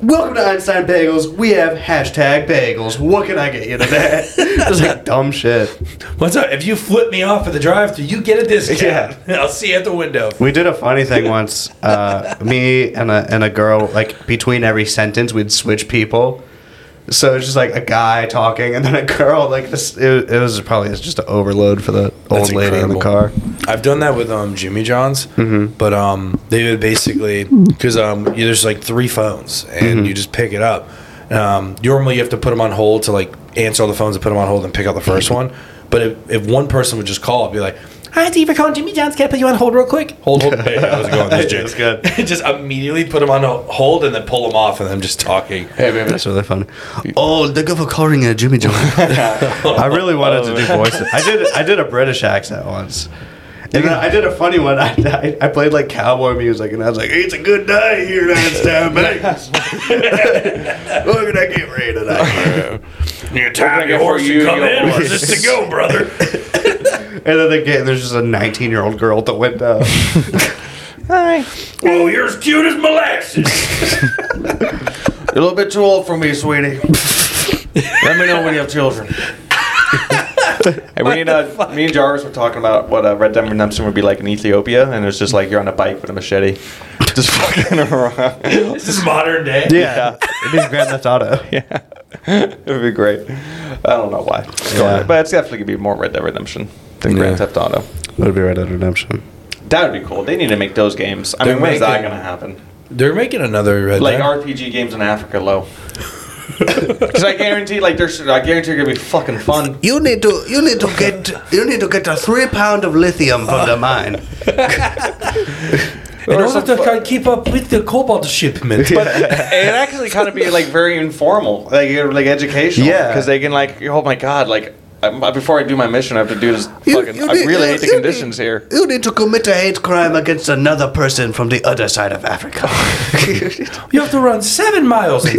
welcome to Einstein Bagels we have hashtag bagels what can I get you today just like dumb shit
What's up? If you flip me off at the drive through, you get a discount. I'll see you at the window.
We did a funny thing once. Uh, me and a and a girl, like between every sentence, we'd switch people. So it's just like a guy talking and then a girl. Like this, it, it was probably just an overload for the old
That's
lady in the
incredible.
car.
I've done that with um, Jimmy John's, but um, they would basically because um, you- there's like three phones and you just pick it up. Um, normally, you have to put them on hold to like answer all the phones and put them on hold and pick out the first one. But if, if one person would just call, I'd be like, "Hi, thank you for calling Jimmy John's. Can I put you on hold real quick? Hold, hold. Hey, how's it going? This is Jake."
That's good.
just immediately put them on hold and then pull them off and then just talking.
Hey, baby.
That's really funny. Oh, the guy for calling a Jimmy John. I really wanted to do
Oh,
voices. I did. I did a British accent once. And then I did a funny one. I, I, I played like cowboy music, and I was like, "It's a good day here in Einstein Bagels. What can I get ready tonight?"
Your time before you come in was just to go, brother.
And then they get, there's just a 19 year old girl at the window.
Whoa, Oh, you're as cute as molasses.
You're a little bit too old for me, sweetie. Let me know when you have children. Hey, we need, uh, me and Jarvis were talking about what uh, Red Dead Redemption would be like in Ethiopia, and it was just like you're on a bike with a machete, just fucking around.
this is modern day.
yeah. It is Grand Theft Auto.
it would be great. I don't know why,
Yeah.
but it's definitely gonna be more Red Dead Redemption than Grand
Yeah.
Theft Auto.
Would be Red Dead Redemption.
That would be cool. They need to make those games. I
They're
mean, when is that
making-
gonna happen?
They're making another red
Like
Dead.
RPG games in Africa, low. Because I guarantee, like, there's, I guarantee you're gonna be fucking fun.
You need to you need to get you need to get a three pound of lithium from the mine.
in
or
order
some
to
fu-
kind of keep up with the cobalt shipment. But
it actually kind of be like very informal, like you're, like educational.
Yeah.
because they can like, oh my god, like I, before I do my mission, I have to do this fucking.
you
I
did-
really
you-
hate the
you
conditions here.
You need to commit a hate crime against another person from the other side of Africa.
you have to run seven miles in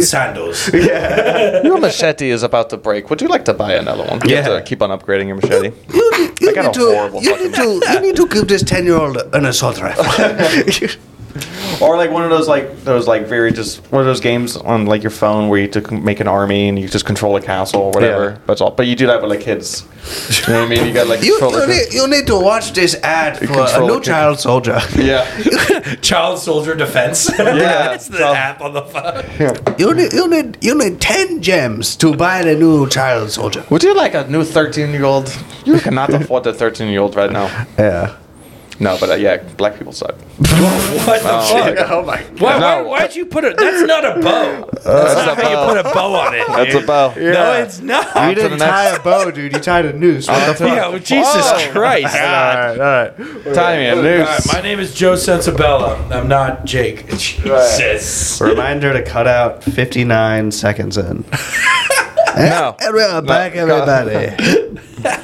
sandals.
Your machete is about to break. Would you like to buy another one? You have
Yeah.
to keep on upgrading your machete.
You, need- you
I got
need
a
to,
horrible
you
fucking-
need to you need to give this ten year old an assault rifle.
or like one of those like those like very just one of those games on like your phone where you have to make an army and you just control a castle or whatever.
Yeah.
But it's all. But you do that with like kids. You know what I mean? You got like
you,
control.
you,
the-
need, you need to watch this ad for a
control
new
it.
child soldier.
yeah.
Child soldier defense.
Yeah.
That's the
Child-
app on the phone.
You need you need you need ten gems to buy the new child soldier.
Would you like a new thirteen-year-old? You cannot afford a thirteen-year-old right now.
Yeah.
No, but uh, yeah, black people suck.
What the fuck?
Oh my
Why,
No.
why, why'd you put a? That's not a bow. That's,
a
not how
bow.
you put a bow on it.
That's
dude.
a bow.
No,
Yeah.
it's not.
You didn't
the
tie
next-
a bow, dude. You tied a noose. What the fuck?
Yeah, well, Jesus Christ.
All right, all right.
Tie me a
All
noose.
right, my name is Joe Sensabella. I'm not Jake. Jesus.
Reminder to cut out 59 seconds in.
no.
And we are back,
No, God.
everybody.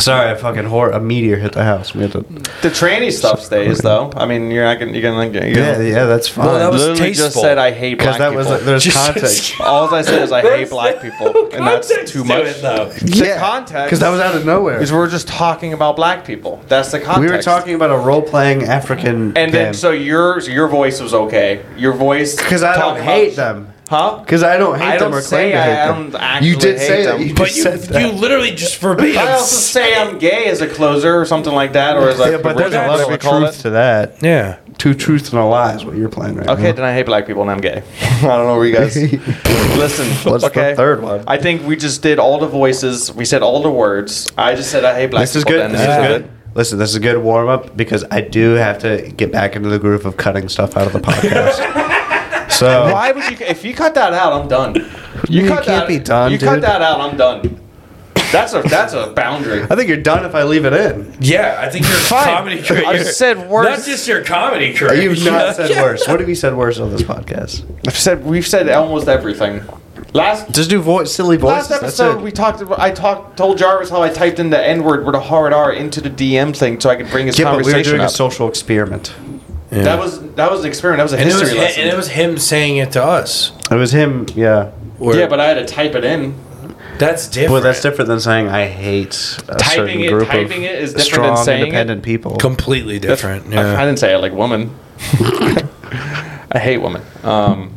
Sorry, a fucking horror, a meteor hit the house. We had to,
The tranny stuff stays though. I mean, you're not gonna you're gonna you're
yeah,
gonna-
yeah, that's fine.
Well, that was
literally just
tasteful.
said I hate black
because that was uh,
people.
there's
Jesus.
context.
All I said is I hate black people, and that's
Context
too
to
much.
it, though.
The context
because that was out of nowhere.
is we're just talking about black people. That's the context.
We were talking about a role playing African
and then
game.
so your so your voice was okay. Your voice
because I don't
talking about-
hate them.
huh?
Because I don't hate
I don't
them or
say
claim to
I-
hate
I
them.
don't actually
you did
hate
say
them.
that. You just
But you,
said that.
you literally just verbatim.
I also say I'm gay as a closer or something like that, or as like
yeah, but there's a
whatever
lot
we
of
call
truth
it.
to that.
Yeah.
Two truths and a lie is what you're playing right
Okay,
now.
then I hate black people and I'm gay. I don't know where you guys listen.
What's the
okay,
third one?
I think we just did all the voices. We said all the words. I just said I hate black
This
people.
is good.
Then.
This
Yeah.
is good. Listen, this is a good warm up because I do have to get back into the groove of cutting stuff out of the podcast. so
Why would you? If you cut that out, I'm done. You,
You
cut
can't
that,
be done,
You cut
dude.
that out, I'm done. That's a that's a boundary.
I think you're done if I leave it in.
Yeah, I think you're
Fine.
comedy career.
I've said worse.
Not just your comedy career.
You've not said worse. What have you said worse on this podcast?
I've said we've said almost everything. Last
Just do voice, silly voices.
Last episode, we talked. About, I talked, told Jarvis how I typed in the N word with a hard R into the DM thing, so I could bring his
yeah, but we
conversation
were doing
up.
a social experiment.
That was that was an experiment. That was a
And it, was
history
him,
lesson.
and it was him saying it to us.
It was him. Yeah.
Or-
yeah, but I had to type it in.
that's different.
Well, that's different than saying I hate a certain
Typing it-
group
typing
of
it is different
strong,
than saying it.
independent people.
Completely different.
I, I
Yeah.
didn't say I like woman. I hate women. Um,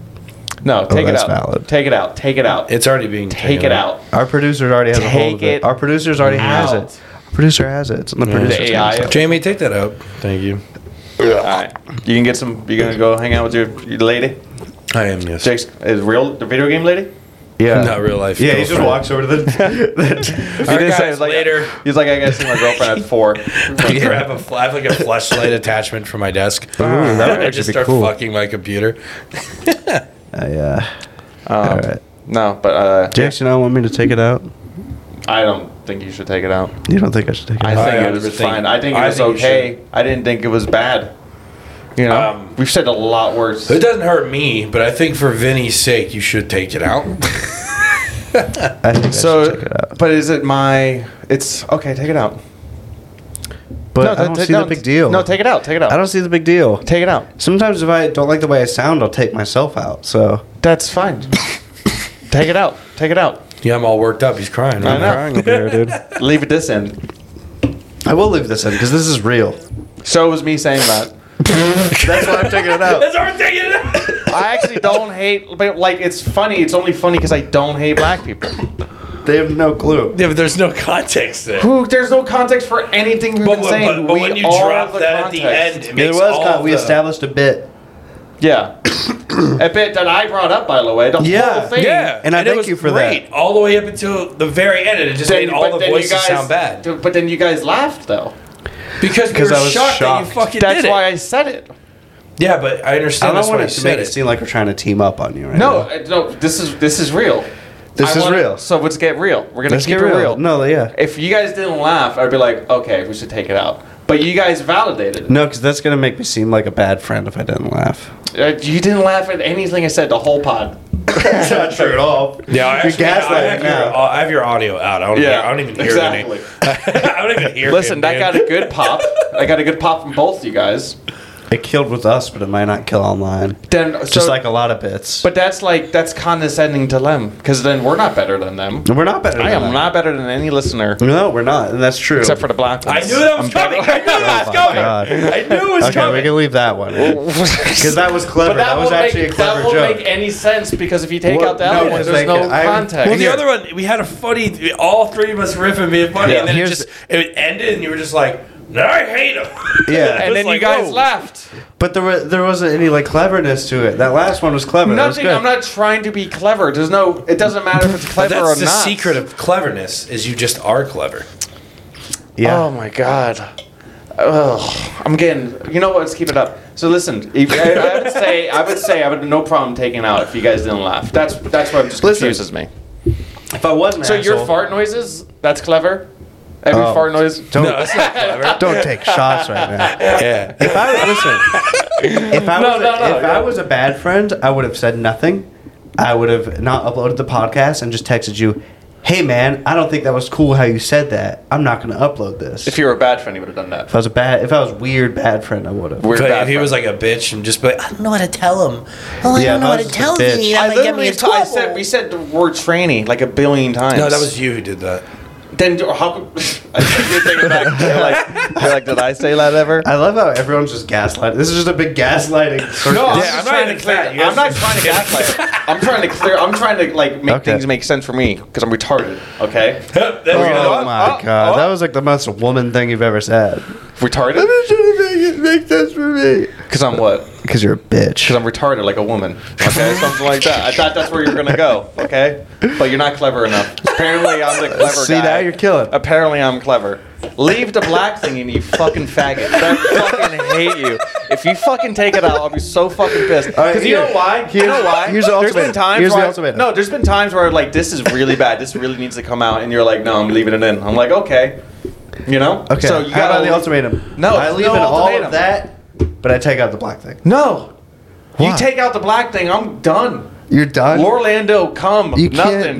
no, take it
Oh, that's
out.
valid.
Take it out. Take it out.
It's already being
take
taken
it out.
Our producer already has a hold of
Take
it.
it
Our producer's already has
out.
it. Producer has it. It's on the producer's
The AI.
console.
Jamie, take that out. Thank you.
All right, you can get some. You gonna go hang out with your, your lady?
I am yes.
Jake's is real the video game lady.
Yeah.
Not real life.
Yeah, he just
girlfriend.
walks over to the. the-
did say
All right,
it
guys,
was like-
later.
He's like, I gotta see my girlfriend at four.
Yeah, I, have a, I have like a flashlight attachment for my desk.
would
I
actually
just
be
start
cool.
fucking my computer.
Uh, yeah. All right.
No, but uh,
Jackson, I want me to take it out.
I don't think you should take it out.
You don't think I should take it
I
out?
think
I
it was
think-
fine. I think it
I
was
think you
okay. I didn't think it was bad. You know,
Um,
we've said a lot worse.
It doesn't hurt me, but I think for Vinny's sake, you should take it out.
I think I should
So,
take it out.
but is it my? It's okay. Take it out.
But I don't
take-
see the big deal.
No, take it out. Take it out.
I don't see the big deal.
take it out.
Sometimes if I don't like the way I sound, I'll take myself out. So
That's fine. take it out. Take it out.
yeah, I'm all worked up. He's crying.
I
Right?
know.
crying over here, dude.
Leave it this end.
I will leave this in because this is real.
So it was me saying that.
That's why I'm taking it out.
That's our thing. isn't it?
I actually don't hate, but like it's funny. It's only funny because I don't hate black people.
They have no clue.
Yeah, but there's no context there.
Who? There's no context for anything we've
But,
been
but-
saying.
but- but
We
when you
are
drop
the
that at the
context.
end, it
There
makes
was
all
con- we
the-
established a bit,
Yeah. a bit that I brought up, by the way. The
Yeah.
whole thing.
Yeah,
And I
it
thank
was
you for
great,
that.
All the way up until the very end, and it just
Then-
made all
but
the
then you
voices
guys-
sound bad
But then you guys laughed, though.
because we
'Cause
were
I was
shocked, that you
shocked.
fucking
That's
did it.
why I said it.
yeah, but I
I
understand.
don't
that's
want
why
it
you
to make
said
it
it.
seem like we're trying to team up on you right
No,
now.
uh, no. This is this is real.
This
I
is
wanna-
real.
So let's get real. We're gonna
Let's
keep
get
it
real.
real.
No, yeah.
If you guys didn't laugh, I'd be like, okay, we should take it out. But you guys validated it.
No, because that's gonna make me seem like a bad friend if I didn't laugh.
Uh, you didn't laugh at anything I said the whole pod.
That's not true at all.
Yeah, I,
You're
actually, I, have
gaslighting
your,
now.
I have your audio out. I don't, hear, I don't even hear
exactly.
it. I don't even hear
Listen,
him,
that
dude.
got a good pop. I got a good pop from both you guys.
It killed with us, but it might not kill online.
Then
Just
so-
like a lot of bits.
But that's like that's condescending to them because then we're not better than them.
we're not better.
I am
than that.
not better than any listener
No, we're not, and that's true.
except for the black
I
ones.
knew that was coming. I knew that
Oh
was
my
coming.
God.
I knew it was
okay, we
coming.
can leave that one because that was clever.
But
That,
that,
was
won't
actually
make,
a clever
that won't
joke.
make any sense because if you take
Well,
out that
no,
one,
because
there's
they
no
can- I-
context.
well, the
Here.
other one, we had a funny. All three of us riffing, being funny,
Yeah.
and then it
Here's-
just it ended, and you were just like, "No, I hate him."
and
Yeah.
It was
then you
like,
guys
whoa.
left.
but there was, there wasn't any like cleverness to it. That last one was clever. That was
Nothing.
good.
I'm not trying to be clever. There's no. It doesn't matter if it's
But
clever or
that's the
not. Um,
secret of cleverness: is you just are clever.
Yeah.
Oh my god. Ugh, I'm getting. You know what? Let's keep it up. So listen, if, I, I would say I would say I would no problem taking out if you guys didn't laugh. That's that's what just
Listen.
confuses me.
If I wasn't,
So your fart noises? That's clever. Every
Oh.
fart noise.
don't
clever.
don't take shots right now.
Yeah.
If I listen, if I
No,
was
no,
a,
no,
if
yeah.
I was a bad friend, I would have said nothing. I would have not uploaded the podcast and just texted you, "Hey man, I don't think that was cool how you said that. I'm not going to upload this."
If you were a bad friend, you would have done that.
If I was a bad, if I was weird bad friend, I would have.
Weird
But
bad
if he
friend.
was like a bitch and just be like, I don't know how to tell him. Oh, I
Yeah,
don't know
I
how
was
to
just a
tell
bitch.
you. That
I
might get me
literally
in
t- I
trouble.
said we said the word tranny like a billion times.
no, that was you who did that.
then. uh, How? come- I think you're thinking back. You're like, you're like, did I say that ever?
I love how everyone's just gaslighting. This is just a big gaslighting. circle.
No, I'm,
Yeah,
just
I'm not
trying
even
to clear.
fat. You
I'm not
guys-
trying to gaslight. I'm trying to clear. I'm trying to like make
Okay.
things make sense for me because I'm retarded. Okay,
There we go.
Oh
uh,
my god, that was like the most woman thing you've ever said.
retarded.
make sense for me.
Because I'm what?
Because you're a bitch.
Because I'm retarded like a woman. Okay, something like that. I thought that's where you were gonna go. Okay, but you're not clever enough. Apparently, I'm the clever
See,
guy.
now you're killing.
Apparently, I'm clever. Leave the black thing in, you fucking faggot. I fucking hate you. If you fucking take it out, I'll be so fucking pissed. Because
right,
you know
here.
why? You know
Here's-
why?
here's the
there's been
ultimatum.
times
Here's the
where I-
ultimatum.
no, there's been times where like this is really bad. This really needs to come out, and you're like, no, I'm leaving it in. I'm like, okay, you know.
okay,
So you
how
got
about the ultimatum?
No,
I
it's
leave
no
in all
ultimatum.
of that, but I take out the black thing.
No,
Why?
you take out the black thing. I'm done.
You're done.
Orlando, come.
You can't-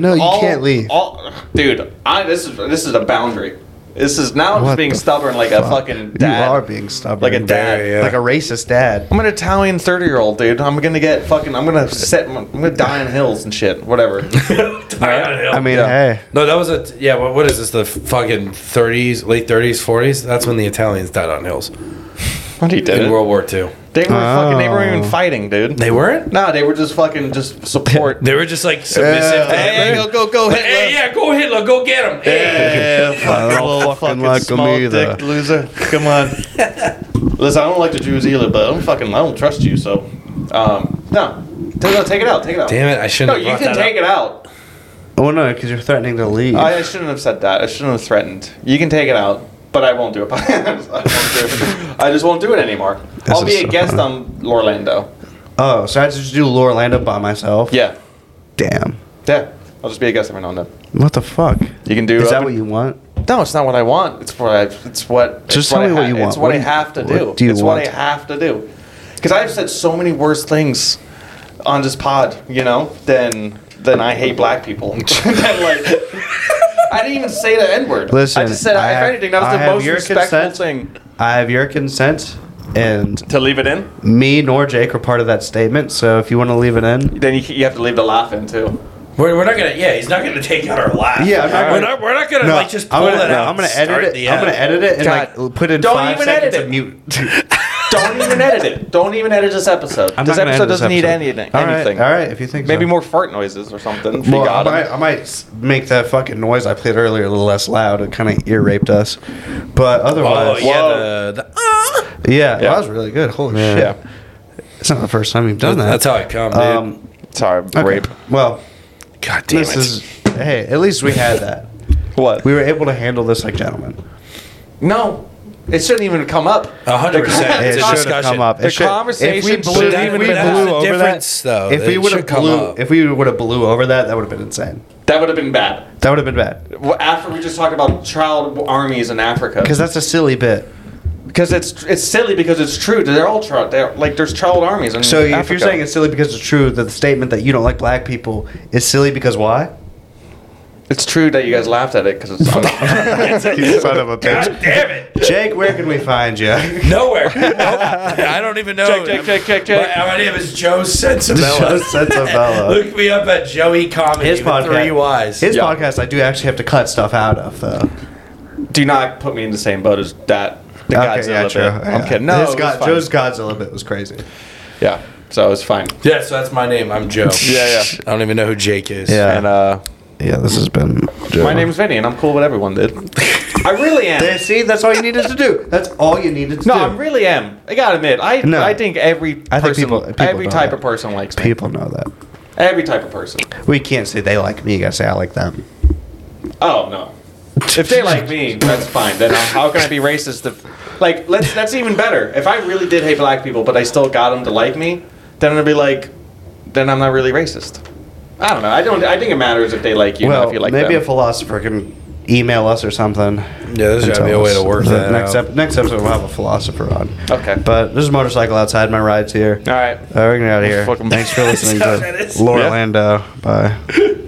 Nothing.
no, you can't leave.
all- dude, I, this is this is a boundary. This is now I'm
What
just being
the
stubborn like a fucking dad.
You are being stubborn.
Like a dad.
Very, yeah.
Like a racist dad.
I'm an Italian 30 year old dude. I'm gonna get fucking. I'm gonna set. my- I'm gonna die in hills and shit. Whatever.
I mean,
Yeah.
hey.
No, that was a yeah. What, what is this? The fucking thirties, late thirties, forties. That's when the Italians died on hills
what he
in World War II.
They were fucking. They weren't even
Oh.
fighting, dude.
They weren't.
no, they were just fucking just support.
They were just like submissive.
Uh,
to
Hey,
Hitler.
go, go, go,
Like,
Hitler.
Hey, yeah, go Hitler, go get him. Hey.
Fucking luck on me, though.
loser. Come on. Listen, I don't like the Jews either, but I'm fucking. I don't trust you, so. Um, no, Ta- no, take it out. Take it out.
Damn it! I shouldn't.
No,
have
you can
brought that
take
up.
it out.
Oh no, because you're threatening to leave.
I, I shouldn't have said that. I shouldn't have threatened. You can take it out, but I won't do it. I, won't do it. I just won't do it anymore. I'll
is
be a
so
guest on Orlando.
oh, so I had to just do Lorlando by myself.
Yeah,
Damn.
yeah. I'll just be a guest every now and then.
What the fuck?
You can do.
Is
I
that
would-
what you want?
No, it's not what I want. It's what I. It's what. it's
Just tell
I
me what
ha-
you want.
It's what,
What
I
do you-
have to do.
what do you
it's what
want?
I have to do. Because I've said so many worse things on this pod, you know, than than I hate black people. Than, like, I didn't even say the N word. I
Listen,
just said,
I
if
have-
anything, that was
I
the
have
most
your
respectful
consent.
thing.
I have your consent, and
To leave it in,
me nor Jake are part of that statement. So if you want to leave it in,
then you, you have to leave the laugh in too.
We're, we're not gonna. Yeah, he's not gonna take out our laugh.
Yeah, I'm not gonna-
we're not. We're not gonna like just pull
I'm gonna,
that
no,
out.
I'm gonna
and start
edit
the
it. I'm gonna
ad.
edit it and
God.
like put in
Don't
five
even
seconds
edit
of
it.
mute.
Don't even edit it. Don't even edit this episode.
I'm not
this
gonna
episode
edit this
doesn't need
episode.
anything.
All right,
anything.
all right, if you think
Maybe
so.
more fart noises or something. if you
Well, I
got 'em.
might, I might s- make that fucking noise I played earlier a little less loud. It kind of ear raped us, but
Oh
otherwise,
yeah,
Whoa.
the, the, ah.
yeah, that was really good. Holy
Yeah.
shit! It's not the first time you've done that.
That's how I come, dude.
Um,
Sorry,
okay.
rape.
Well,
God damn
this
it.
is hey. At least we had that.
What?
We were able to handle this like gentlemen.
No, it shouldn't even come up.
Oh.
A hundred percent. It's
It should
a
have
discussion.
come up. It
The
should-
conversation
if we
blew-
blew,
But
if
that-
we
but that's
blew
the
over
difference,
that,
though.
if
It
we would have
should come
blew,
up.
if we would have blew over that, that would have been insane.
That would have been bad.
That would have been bad
Well, After we just talked about child armies in Africa,
because that's a silly bit.
because it's it's silly because it's true. They're all child. They're, like there's child armies. In
So if
Africa.
you're saying it's silly because it's true, that the statement that you don't like black people is silly because why?
it's true that you guys laughed at it because it's funny.
you son of a
God damn it.
Jake, where can we find you?
Nowhere. I don't even
Check,
know.
check, check, check, check.
My, my name is Joe Sensabella.
Joe Sensabella.
Look me up at Joey Comedy.
His
with
podcast.
Three Y's.
His
Yeah.
podcast, I do actually have to cut stuff out of though.
do not put me in the same boat as that. The Godzilla bit. I'm kidding. No,
His
it was
God,
fine.
Joe's Godzilla bit was crazy.
yeah. So it's fine.
yeah, so that's my name. I'm Joe.
Yeah, yeah.
I don't even know who Jake is.
And uh,
yeah. This has been.
my name's Vinny, and I'm cool with everyone, dude. I really am.
There, see, that's all you needed to do. That's all you needed to
no,
do.
I really am. I gotta admit, I
No.
I think every
I think
person,
people- people
every
know
type
that.
of person likes me.
People know that.
Every type of person.
We can't say they like me. You gotta say I like them.
Oh no. If they like me, that's fine. Then how can I be racist? If Like, let's, that's even better. If I really did hate black people, but I still got them to like me, then it'd be like, then I'm not really racist. I don't know. I don't. I think it matters if they like you, not
well,
if you like
maybe
them.
a philosopher can email us or something.
Yeah, there's
and
gotta be
tell
a way
us.
to work
The
that
next
out.
ep- next episode, we'll have a philosopher on.
Okay.
But there's a motorcycle outside. My ride's here.
All right.
Uh, we're gonna get out of here.
Fuck 'em.
Thanks for listening to Laura
Yeah.
Lando. Bye.